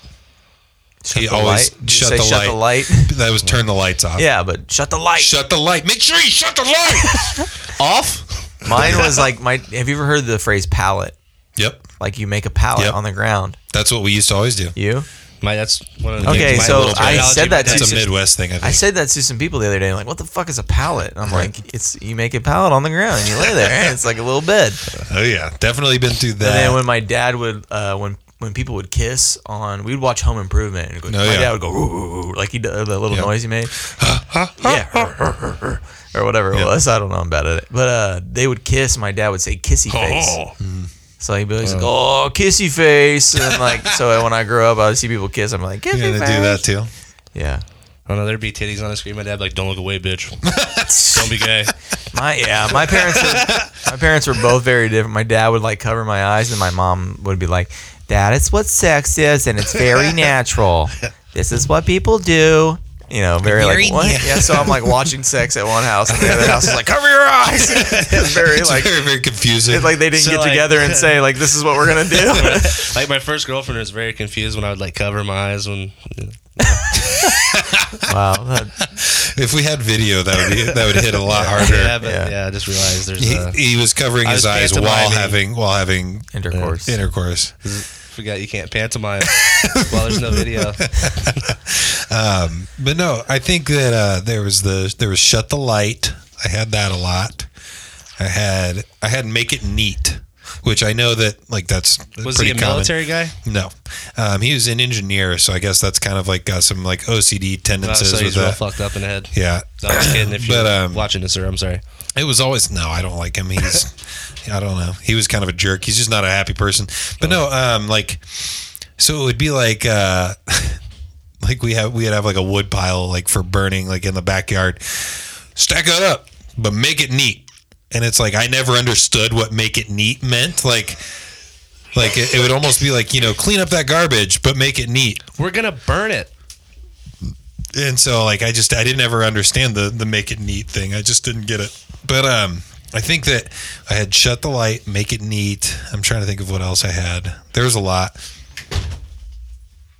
Shut
he
the
always
light? Did you
shut,
say
the,
shut
light.
the light?
That was turn the lights off.
Yeah, but shut the light.
Shut the light. Make sure you shut the light off.
Mine was like my. Have you ever heard the phrase pallet?
Yep.
Like you make a pallet
Yep.
on the ground.
That's what we used to always do.
You?
My that's one of the
Okay,
things my
so
little
I
brother-
said that to
That's a
some-
Midwest thing, I think.
I said that to some people the other day. Like, what the fuck is a pallet? And I'm like, it's you make a pallet on the ground and you lay there, and it's like a little bed.
Oh yeah, definitely been through
And then
that.
when my dad would, uh, when when people would kiss on, we'd watch Home Improvement, and go, my
Oh, yeah.
dad would go "Ooh, ooh, ooh," like he did the little
Yeah.
noise he made, yeah, or whatever it
Yeah.
was. I don't know about it, but uh, they would kiss. and My dad would say kissy
Oh.
face.
Hmm.
So he'd be like, "Oh, kissy face," and like, so when I grew up, I would see people kiss. I'm like, "Kissy
yeah, they do
face."
that too.
Yeah,
I don't know. There'd be titties on the screen. My dad be like, "Don't look away, bitch. don't be gay."
My yeah, my parents were, my parents were both very different. My dad would like cover my eyes, and my mom would be like, "That is what sex is, and it's very natural. This is what people do." You know, very,
Very
like what?
nat-
Yeah, so I'm like watching sex at one house, and the other house is like cover your eyes. it's very
It's
like
very very confusing.
it's like they didn't
So,
get
like-
together and say like this is what we're gonna do.
like my first girlfriend was very confused when I would like cover my eyes when.
wow, that-
if we had video, that would be, that would hit a lot harder.
Yeah, but
Yeah.
yeah. I just realized there's.
He,
Uh,
he was covering
I
his
was
eyes while
pantomiming.
having while having
intercourse.
intercourse.
forgot you can't pantomime while there's no video.
Um, but no, I think that uh, there was the there was shut the light. I had that a lot. I had I had make it neat, which I know that like that's
Was
pretty
he a
common.
military guy?
No, um, he was an engineer, so I guess that's kind of like got some like OCD
Oh,
tendencies
so
with
he's real
that.
fucked up in the head.
Yeah,
No, I'm just kidding. If you're
But, um,
watching this, sir, I'm sorry.
it was always no. I don't like him. He's I don't know. He was kind of a jerk. He's just not a happy person. But no, um, like so it would be like uh, like we have we'd have like a wood pile like for burning like in the backyard. Stack it up, but make it neat. And it's like I never understood what make it neat meant. Like. Like it, it would almost be like you know clean up that garbage but make it neat
We're gonna burn it.
and so like I just I didn't ever understand the the make it neat thing. I just didn't get it. But um I think that I had shut the light, make it neat. I'm trying to think of what else I had. There was a lot.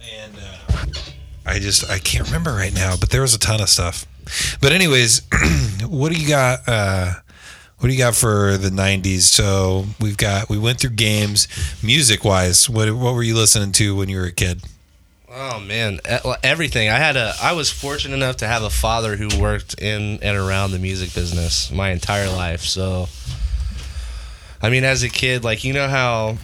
And uh, I just I can't remember right now, but there was a ton of stuff. But anyways, what do you got uh what do you got for the 90s? So we've got we went through games music wise. What what were you listening to when you were a kid?
Oh man, E- well, everything. I had a. I was fortunate enough to have a father who worked in and around the music business my entire life. So, I mean, as a kid, like you know how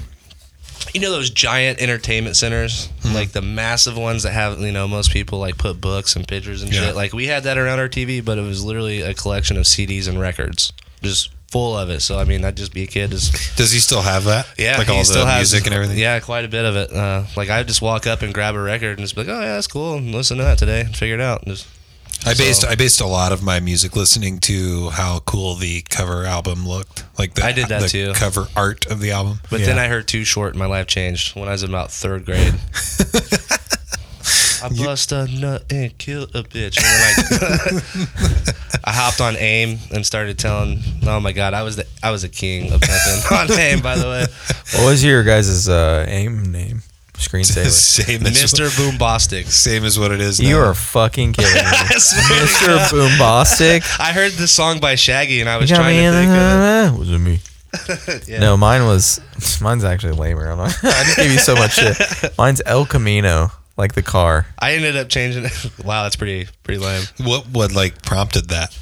you know those giant entertainment centers, like the massive ones that have you know most people like put books and pictures and
Yeah.
shit. Like we had that around our TV, but it was literally a collection of CDs and records, just full of it. So I mean, I'd just be a kid. Just
Does he still have that?
yeah,
like
he
all the
still has-
music and everything.
Yeah, quite a bit of it. Uh, like I'd just walk up and grab a record and just be like, oh yeah, that's cool, and listen to that today and figure it out. And just
I based
So-
I based a lot of my music listening to how cool the cover album looked. Like the
I did that
the
too.
Cover art of the album.
But then I heard Too Short and my life changed when I was about third grade. I bust a nut and kill a bitch. And then I, I hopped on AIM and started telling. Oh my god, I was the I was a king of nothing on AIM. By the way,
What was your guys' uh, aim name? Screensaver.
same as
Mr. Boombastic.
Same as what it is.
You
now.
are fucking killing me.
I swear to
Mr.
God.
Boombastic.
I heard this song by Shaggy and I was
You got
trying
me
to
in
think of
the- Was it me?
Yeah.
No, mine was. Mine's actually lamer. I'm not, I just gave you so much shit. Mine's El Camino, like the car.
I ended up changing. it. wow, that's pretty pretty lame.
What what like prompted that?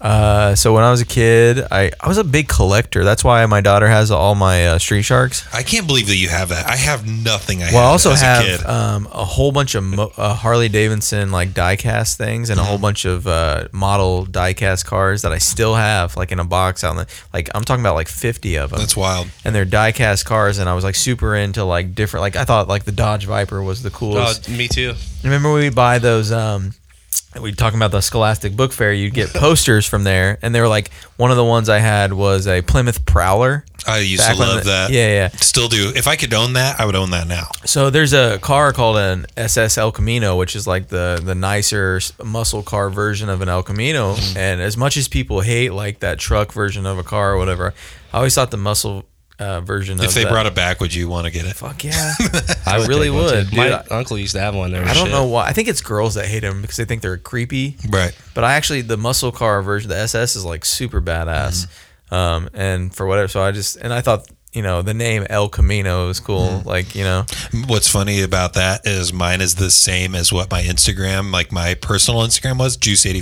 Uh, so when I was a kid, I, I was a big collector. That's why my daughter has all my uh, Street Sharks.
I can't believe that you have that. I have nothing. I
well, I
had
also
as
have
a kid.
um, a whole bunch of mo- uh, Harley Davidson like diecast things and a
Mm-hmm.
whole bunch of uh, model diecast cars that I still have like in a box out in the like I'm talking about like 50 of them.
That's wild.
And they're diecast cars, and I was like super into like different like I thought like the Dodge Viper was the
Oh,
coolest.
me too.
Remember we buy those um we were talking about the Scholastic Book Fair, you'd get posters from there and they were like one of the ones I had was a Plymouth Prowler.
I used
Back
to
when
love
the-
that.
Yeah, yeah.
Still do. If I could own that, I would own that now.
So there's a car called an SS El Camino, which is like the the nicer s- muscle car version of an El Camino.
Mm.
And as much as people hate like that truck version of a car or whatever, I always thought the muscle uh, version.
If
of
they
that-
brought it back, would you want to get it?
Fuck yeah. I really
take one,
would.
too.
Dude.
My
I-
uncle used to have one. There
I
was
don't
shit.
know why. I think it's girls that hate them because they think they're creepy.
Right.
But I actually the muscle car version, the SS is like super badass.
Mm-hmm.
Um, and for whatever, so I just and I thought you know the name El Camino was cool.
Mm-hmm.
Like you know.
What's funny about that is mine is the same as what my Instagram, like my personal Instagram was,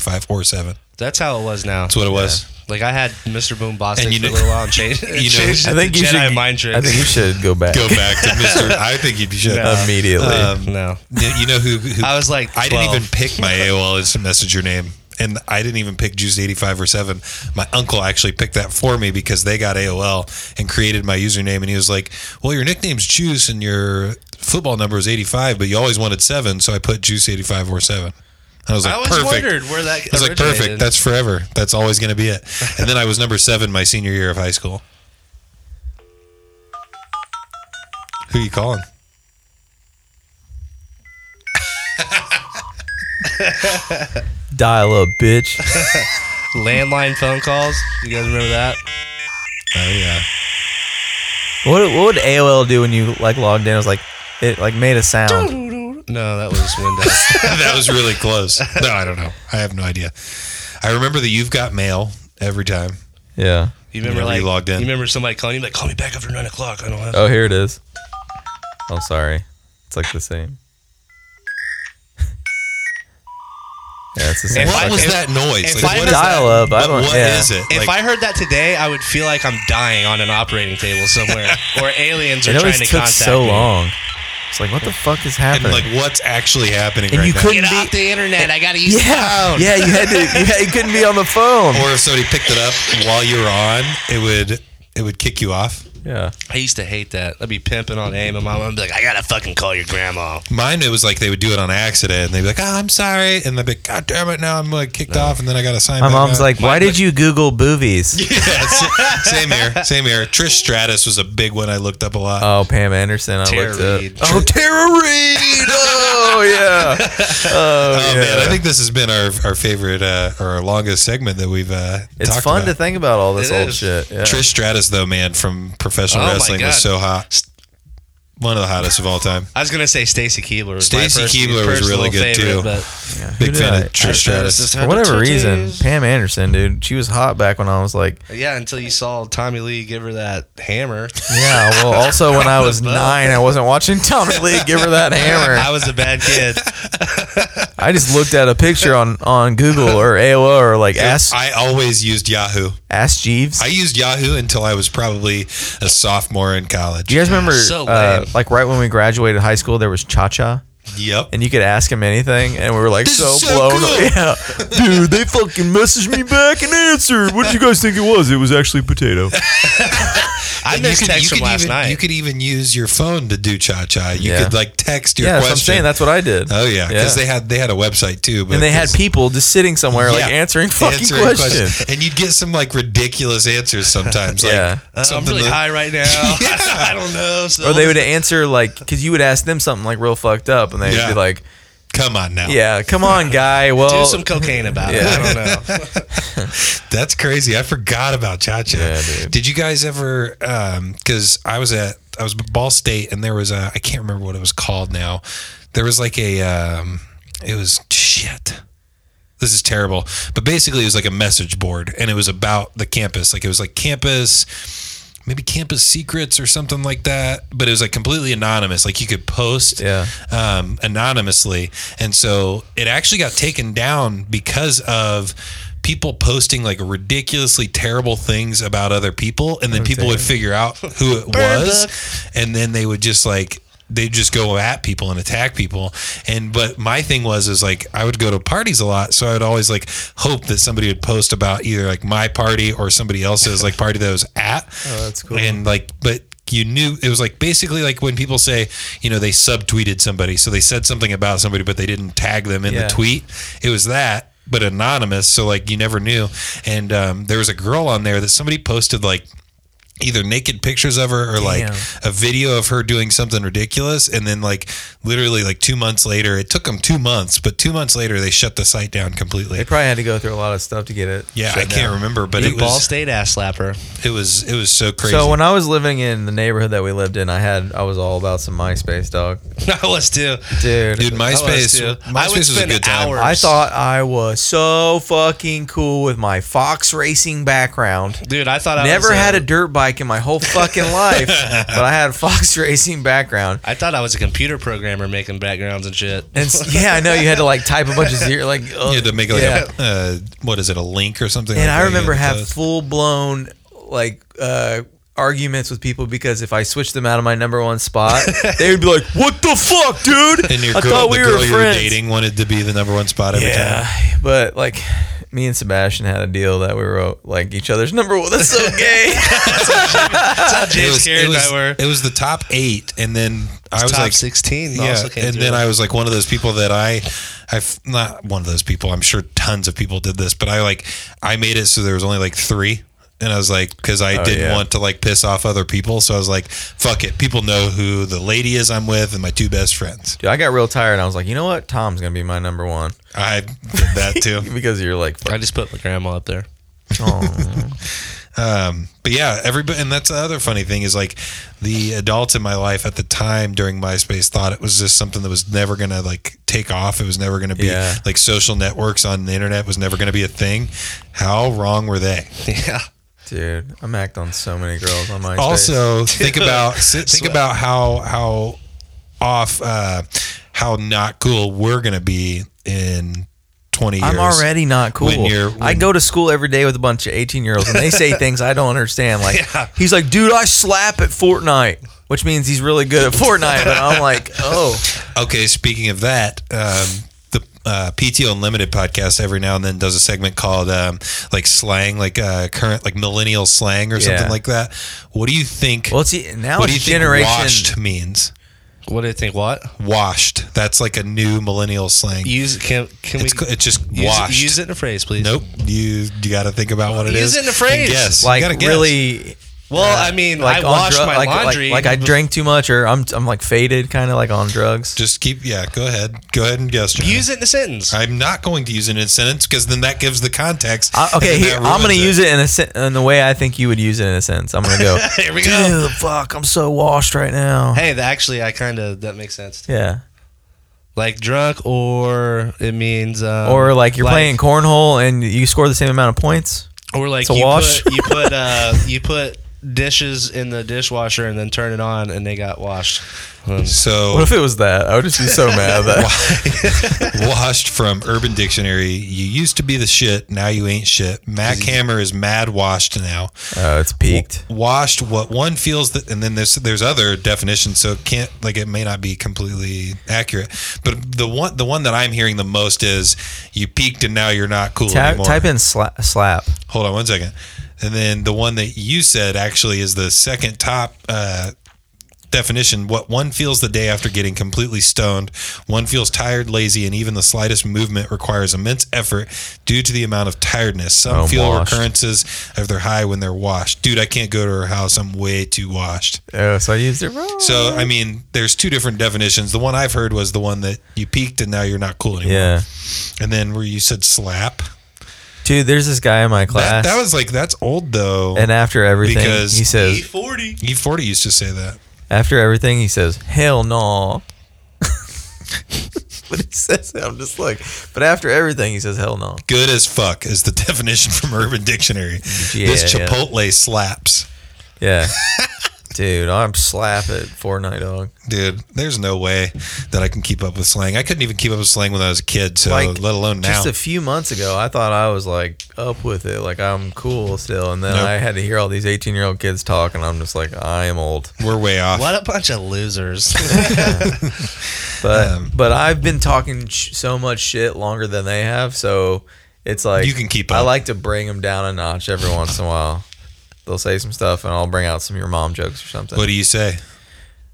juice8547.
That's how it was now. That's
what it was.
Like I had Mr. Boom Bostic
And you
for a
know-
little while and changed,
you know-
changed it
I
to
think you
Jedi
should-
mind tricks.
I think you should go back.
Go back to Mr. I think you should.
No. Immediately.
Uh,
um,
no.
You you know who, who-
I was like
I didn't
12.
even pick my AOL instant messenger name. And I didn't even pick Juice85 or 7. My uncle actually picked that for me because they got AOL and created my username. And he was like, Well, your nickname's Juice and your football number is 85, but you always wanted 7. So I put Juice85 or 7. And I was like,
I always
Perfect.
wondered where that
I was like, Perfect.
originated.
That's forever. That's always going to be it. And then I was number 7 my senior year of high school. Who you calling?
Dial up, bitch.
landline phone calls. You guys remember that?
Oh yeah.
What what would AOL do when you like logged in? It was like it like made a sound.
No, that was Windows.
that was really close. No, I don't know. I have no idea. I remember that you've got mail every time.
Yeah.
You remember
Whenever
like
you logged in.
You remember somebody calling you like, call me back after nine o'clock. I don't have.
Oh, here it is. Oh, sorry. It's like the same. yeah, it's the same.
If
What
I-
was
if-
that noise?
if
Like, what
I was-
is that?
Dial up. I don't.
What
yeah.
is it?
If
Like,
I heard that today, I would feel like I'm dying on an operating table somewhere, or aliens are
It
trying
always
to
took
contact
so
me.
long. It's like what the fuck is
and
happening?
like, what's actually happening
And
right
you
now?
couldn't
Get off the internet. I gotta use the phone.
yeah, you had to. You, had, you couldn't be on the phone.
Or if somebody picked it up while you were on, it would it would kick you off.
Yeah.
I used to hate that. I'd be pimping on AIM, and my mom would be like, I gotta fucking call your grandma.
Mine, it was like they would do it on accident, and they'd be like, "Oh, I'm sorry," and they'd be, like, "God damn it!" Now I'm like kicked off, and then I got to sign.
My
back
mom's
up.
like, "Why did you Google boobies?"
Yeah, s- same here, same here. Trish Stratus was a big one I looked up a lot.
Oh, Pam Anderson. I
Tara
looked up.
Reid.
Oh, Tara Reid. Oh, yeah. Oh,
Oh
yeah.
man, I think this has been our, our favorite uh, or our longest segment that we've uh,
It's
talked
fun
about.
to think about all this
It
old
is.
shit. Yeah.
Trish Stratus though, man, from professional
Oh, my
wrestling was
God.
so hot. One of the hottest of all time.
I was gonna say Stacy Keebler. was my
Stacy
pers-
Keebler was really
personal
good
favorite,
too.
But
Yeah. Big
Who
fan
did
of
I-
Trish
I-
Stratus.
For whatever reason, Pam Anderson, dude, she was hot back when I was like,
yeah, until you saw Tommy Lee give her that hammer.
yeah. Well, also when I was nine, I wasn't watching Tommy Lee give her that hammer.
I was a bad kid. Uh,
I just looked at a picture on on Google or AOL or like Ask
I always used Yahoo.
Ask Jeeves.
I used Yahoo until I was probably a sophomore in college.
Do you guys remember, uh, like right when we graduated high school, there was Cha Cha.
Yep.
And you could ask him anything, and we were like
This
so,
is so
blown.
cool.
Yeah, dude, they fucking messaged me back and answered. What did you guys think it was? It was actually potato.
I missed text from last
even,
night.
You could even use your phone to do cha cha. You
Yeah.
could like text your
Yeah, that's what I'm
question.
saying. That's what I did.
Oh yeah, because
Yeah.
they had they had a website too, but
and they had
'cause-
people just sitting somewhere, like
Yeah.
answering fucking
Answering
questions.
and you'd get some like ridiculous answers sometimes. Like,
Yeah.
Uh, I'm
something
really
that-
high right now. I don't know. So
Or they
oh.
would answer like, because you would ask them something like real fucked up, and they'd
Yeah.
be like,
"Come on now."
yeah, come on, guy. Well,
do some cocaine about it.
Yeah.
I don't know.
That's crazy. I forgot about Cha Cha. Did you guys ever? Because I was at I was at Ball State, and there was a I can't remember what it was called now. There was like a um, it was shit. This is terrible. But basically, it was like a message board, and it was about the campus. Like it was like campus maybe campus secrets or something like that but it was like completely anonymous like you could post um, anonymously and so it actually got taken down because of people posting like ridiculously terrible things about other people and then people would figure out who it
Burn
was and then they would just like they just go at people and attack people and but my thing was is like i would go to parties a lot so i would always like hope that somebody would post about either like my party or somebody else's like party that I was at
Oh, that's cool.
and like, but you knew it was like basically like when people say, you know, they subtweeted somebody, so they said something about somebody, but they didn't tag them in
Yeah.
the tweet. It was that, but anonymous, so like you never knew. And um, there was a girl on there that somebody posted like either naked pictures of her or like
Damn.
a video of her doing something ridiculous and then like literally like 2 months later it took them 2 months but 2 months later they shut the site down completely
they probably had to go through a lot of stuff to get it.
yeah
shut
i can't
down.
remember but
Big
it
Ball
was
State ass slapper.
it was it was so crazy
So uh, when I was living in the neighborhood that we lived in, I had I was all about some MySpace, dog.
I was too.
Dude,
Dude,
I was
MySpace,
too.
MySpace
I would
was a
spend
good time.
hours.
I thought I was so fucking cool with my fox racing background.
Dude, I thought I
Never
was, uh,
had a dirt bike in my whole fucking life, but I had a fox racing background.
I thought I was a computer programmer making backgrounds and shit.
And s- yeah, I know you had to like type a bunch of zero, like uh,
you had to make like
yeah.
a, uh, what is it, a link or something?
And
like that
I
you
remember
had to
have
post?
full blown like uh, arguments with people because if I switched them out of my number one spot, they would be like, "What the fuck, dude?"
And your
I
girl,
thought we
the girl
were
you were
friends.
dating wanted to be the number one spot every
yeah,
time.
but like me and Sebastian had a deal that we were like each other's number one. That's so gay.
it
James
was,
Carey
it,
and I
was,
were.
it was the top eight, and then I was
top
like
16
Yeah,
also came
and
through.
then I was like one of those people that I, I f- not one of those people. I'm sure tons of people did this, but I like I made it so there was only like three. And I was like, because I
Oh,
didn't
yeah.
want to like piss off other people, so I was like, "Fuck it." People know who the lady is I'm with and my two best friends.
Dude, I got real tired. and I was like, you know what? Tom's gonna be my number one
I did that too.
because you're like,
I just put my grandma up there.
oh.
Um, but yeah, everybody, and that's the other funny thing is like the adults in my life at the time during MySpace thought it was just something that was never gonna like take off. It was never gonna be
Yeah.
like social networks on the internet was never gonna be a thing. How wrong were they?
Yeah.
dude, I'm acting on so many girls on my
Also, think about think about how how off uh, how not cool we're gonna be in twenty years.
I'm already not cool.
When you're- when-
I go to school every day with a bunch of 18 year olds, and they say things I don't understand. Like he's like, dude, I slap at Fortnite, which means he's really good at Fortnite. But I'm like, oh,
Okay, speaking of that, um, the uh, PTO Unlimited podcast every now and then does a segment called um, like slang, like uh, current like millennial slang or
Yeah.
something like that. What do you think?
well, see, now
what do you
it's generation.
think washed means?
What do you think? What?
Washed. That's like a new millennial slang.
Use can can
It's,
we
co- it's just
use,
washed.
use it in a phrase, please?
Nope. You you got to think about what it is.
Use it in a phrase.
Yes.
like really
Well, I mean,
like
I
on
washed
drug-
my
like,
laundry.
Like, like I drank too much, or I'm I'm like faded, kind of like on drugs.
Just keep, yeah. Go ahead, go ahead and guess. Johnny.
Use it in a sentence.
I'm not going to use it in a sentence because then that gives the context.
I, Uh, okay,
and then
here,
that
I'm gonna
ruins
use it in a sen- in the way I think you would use it in a sense. I'm gonna go.
Here we
Dude,
go.
fuck, I'm so washed right now.
Hey, th- actually, I kind of that makes sense. too.
Yeah.
Like drunk, or it means um,
or like you're playing cornhole and you score the same amount of points.
or like
it's a
you
wash.
put you put uh, you put dishes in the dishwasher and then turn it on and they got washed.
So
what if it was that? I would just be so mad. That
Washed from Urban Dictionary. You used to be the shit. Now you ain't shit. Mac Hammer is mad washed now.
oh, it's peaked.
Washed. What one feels that, and then there's there's other definitions. So it can't like it may not be completely accurate. But the one the one that I'm hearing the most is you peaked and now you're not cool
Ta-
anymore.
type in sla- slap.
Hold on one second. And then the one that you said actually is the second top uh, definition. What one feels the day after getting completely stoned. One feels tired, lazy, and even the slightest movement requires immense effort due to the amount of tiredness. Some
Oh,
feel
washed.
recurrences of their high when they're washed. Dude, I can't go to her house. I'm way too washed.
Oh, so I used it wrong.
So, I mean, there's two different definitions. The one I've heard was the one that you peaked and now you're not cool anymore.
Yeah.
And then where you said slap.
Dude, there's this guy in my
That,
class.
that was like, that's old though.
and after everything,
because
he says,
E40.
E40 used to say that.
after everything, he says, hell no. but he says, it, I'm just like, but after everything, he says, hell no.
Good as fuck is the definition from Urban Dictionary.
Yeah,
this
yeah.
Chipotle slaps.
Yeah. Dude, I'm slap at Fortnite dog.
Dude, there's no way that I can keep up with slang. I couldn't even keep up with slang when I was a kid, so
Like,
let alone now.
Just a few months ago, I thought I was like up with it, like I'm cool still, and then
Nope.
I had to hear all these 18 year old kids talk, and I'm just like, I am old.
We're way off.
What a bunch of losers.
But
Um,
but I've been talking sh- so much shit longer than they have, so it's like
You can keep
I
up.
like to bring them down a notch every once in a while. They'll say some stuff, and I'll bring out some of your mom jokes or something.
What do you say?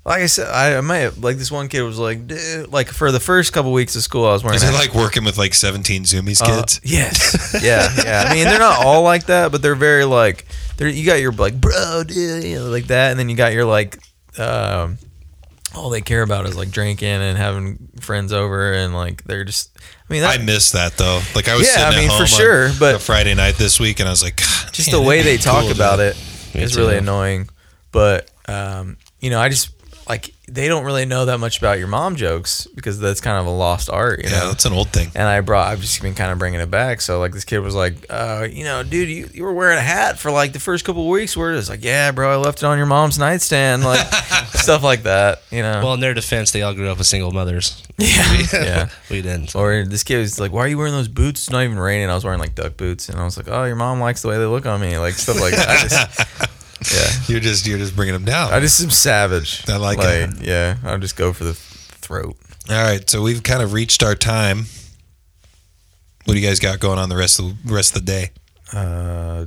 Like I said, I, I might have, like this one kid was like, Dude, like for the first couple weeks of school, I was wearing.
Is it
a-
like working with like 17 Zoomies
Uh,
kids?
yes. Yeah. Yeah. I mean, they're not all like that, but they're very like. They're, you got your like, bro, dude, you know, like that, and then you got your like, um, all they care about is like drinking and having friends over, and like they're just. I mean, that,
I miss that though. Like I was
Yeah,
sitting at
I mean, for
home
sure,
on
but-
a Friday night this week, and I was like,
just the way they talk about it
Me
is really
too.
annoying. But um, you know, I just like they don't really know that much about your mom jokes because that's kind of a lost art. You
Yeah,
know?
that's an old thing.
And I brought, I've just been kind of bringing it back. So like this kid was like, uh, you know, dude, you, you were wearing a hat for like the first couple of weeks. Where it's like, yeah, bro, I left it on your mom's nightstand, like stuff like that. You know.
well, in their defense, they all grew up with single mothers.
yeah. yeah.
we didn't.
Or this kid was like, "Why are you wearing those boots? It's not even raining." I was wearing like duck boots, and I was like, "Oh, your mom likes the way they look on me," like stuff like that. I just, yeah,
You're just you're just bringing them down.
I just am savage.
I like it.
Yeah, I'll just go for the throat.
All right, so we've kind of reached our time. What do you guys got going on the rest of the rest of the day?
Uh,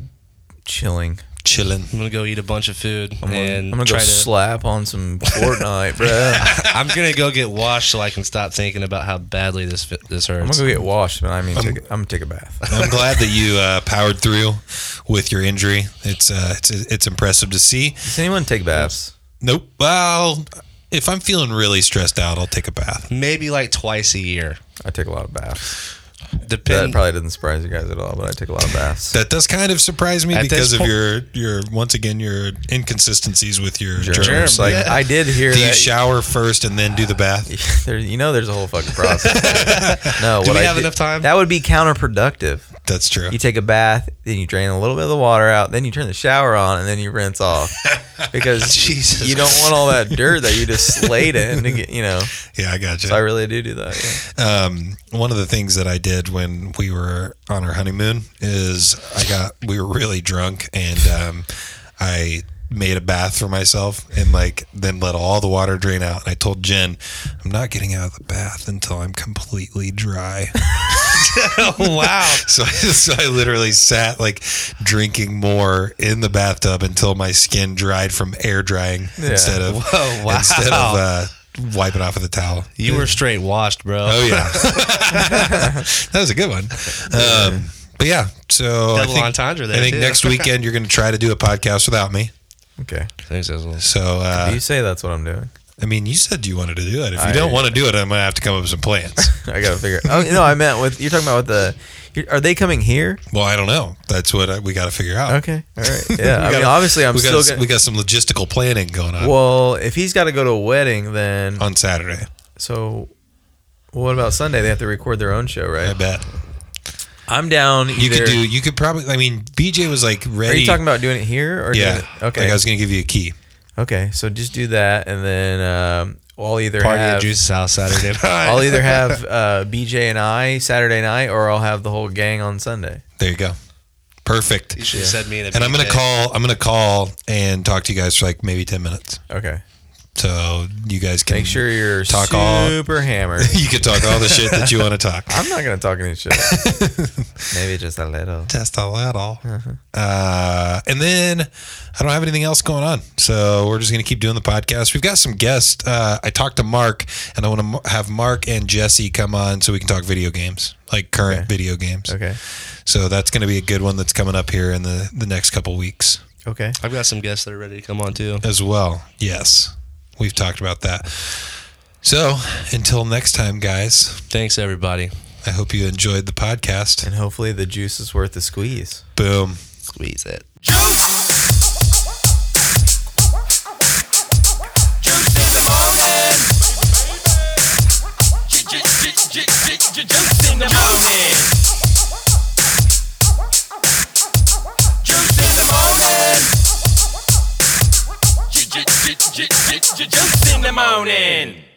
chilling.
Chilling.
I'm gonna go eat a bunch of food
I'm gonna,
and
I'm gonna go
try to.
slap on some Fortnite, bro.
I'm gonna go get washed so I can stop thinking about how badly this fi- this
I'm gonna
hurts.
go get washed, but I
Um,
mean,
I'm-
take, I'm gonna take a bath.
I'm glad that you uh, powered through with your injury. It's uh, it's it's impressive to see.
Does anyone take baths?
Nope. Well, if I'm feeling really stressed out, I'll take a bath.
Maybe like twice a year.
I take a lot of baths. That
Depend.
probably doesn't surprise you guys at all, but I take a lot of baths.
That does kind of surprise me
At this
because of
point-
your your once again your inconsistencies with your germs.
Germs. Like I did hear
do you
that.
shower first and then do the bath?
there, you know, there's a whole fucking process. no,
Do
what
we
I
have
did-
enough time?
That would be counterproductive.
That's true.
You take a bath, then you drain a little bit of the water out, then you turn the shower on, and then you rinse off because
Jesus.
you don't want all that dirt that you just laid in. To get, you know,
Yeah, I gotcha.
so I really do do that. yeah.
um, one of the things that I did when we were on our honeymoon is I got we were really drunk and um, I made a bath for myself and like then let all the water drain out and I told Jen I'm not getting out of the bath until I'm completely dry.
wow.
So, so I literally sat like drinking more in the bathtub until my skin dried from air drying instead of
Whoa, Oh, wow.
instead of uh, wiping off with a towel.
You were straight washed, bro.
Oh yeah, that was a good one. Um, but yeah, so I
Double
think,
entendre there,
I think
too.
next weekend you're going to try to do a podcast without me.
Okay.
Thanks, Isla.
So uh,
you say that's what I'm doing.
I mean, you said you wanted to do that. If you
I-
don't want to do it, I'm gonna have to come up with some plans.
I gotta figure. Oh no, I meant with you're talking about with the. you're- Are they coming here?
Well, I don't know. That's what I, we got to figure out.
Okay. All right.
We
Yeah. I mean,
gotta-
obviously, I'm
we
still
Got,
gonna.
We got some logistical planning going on
Well, if he's got to go to a wedding, then
on Saturday.
so what about Sunday? They have to record their own show, right? I
bet.
I'm down.
You
either-
could do. You could probably. I mean, BJ was like ready.
Are you talking about doing it here or
yeah.
doing it- okay.
Like I was gonna give you a key.
Okay, so just do that, and then um, I'll either
Party at
have
Juice's house Saturday night.
I'll either have uh, BJ and I Saturday night, or I'll have the whole gang on Sunday.
There you go. Perfect.
You should have said me in a
And I'm gonna
BJ.
call. I'm gonna call and talk to you guys for like maybe ten minutes.
Okay.
So you guys can
Make sure you're
talk all.
super hammered.
you can talk all the shit that you want to talk.
I'm not gonna talk any shit. Maybe just a little.
Just a little.
Uh-huh.
Uh, and then I don't have anything else going on, so we're just gonna keep doing the podcast. We've got some guests. Uh, I talked to Mark, and I want to have Mark and Jesse come on so we can talk video games, like current
Okay.
video games.
Okay.
So that's gonna be a good one that's coming up here in the the next couple weeks
Okay.
I've got some guests that are ready to come on too.
as well. Yes, we've talked about that. So until next time, guys.
Thanks everybody.
I hope you enjoyed the podcast.
And hopefully the juice is worth the squeeze.
Boom.
Squeeze it.
Juice in the morning. Juice in the morning. Ju- ju- ju- ju- ju- ju- Juice in the morning.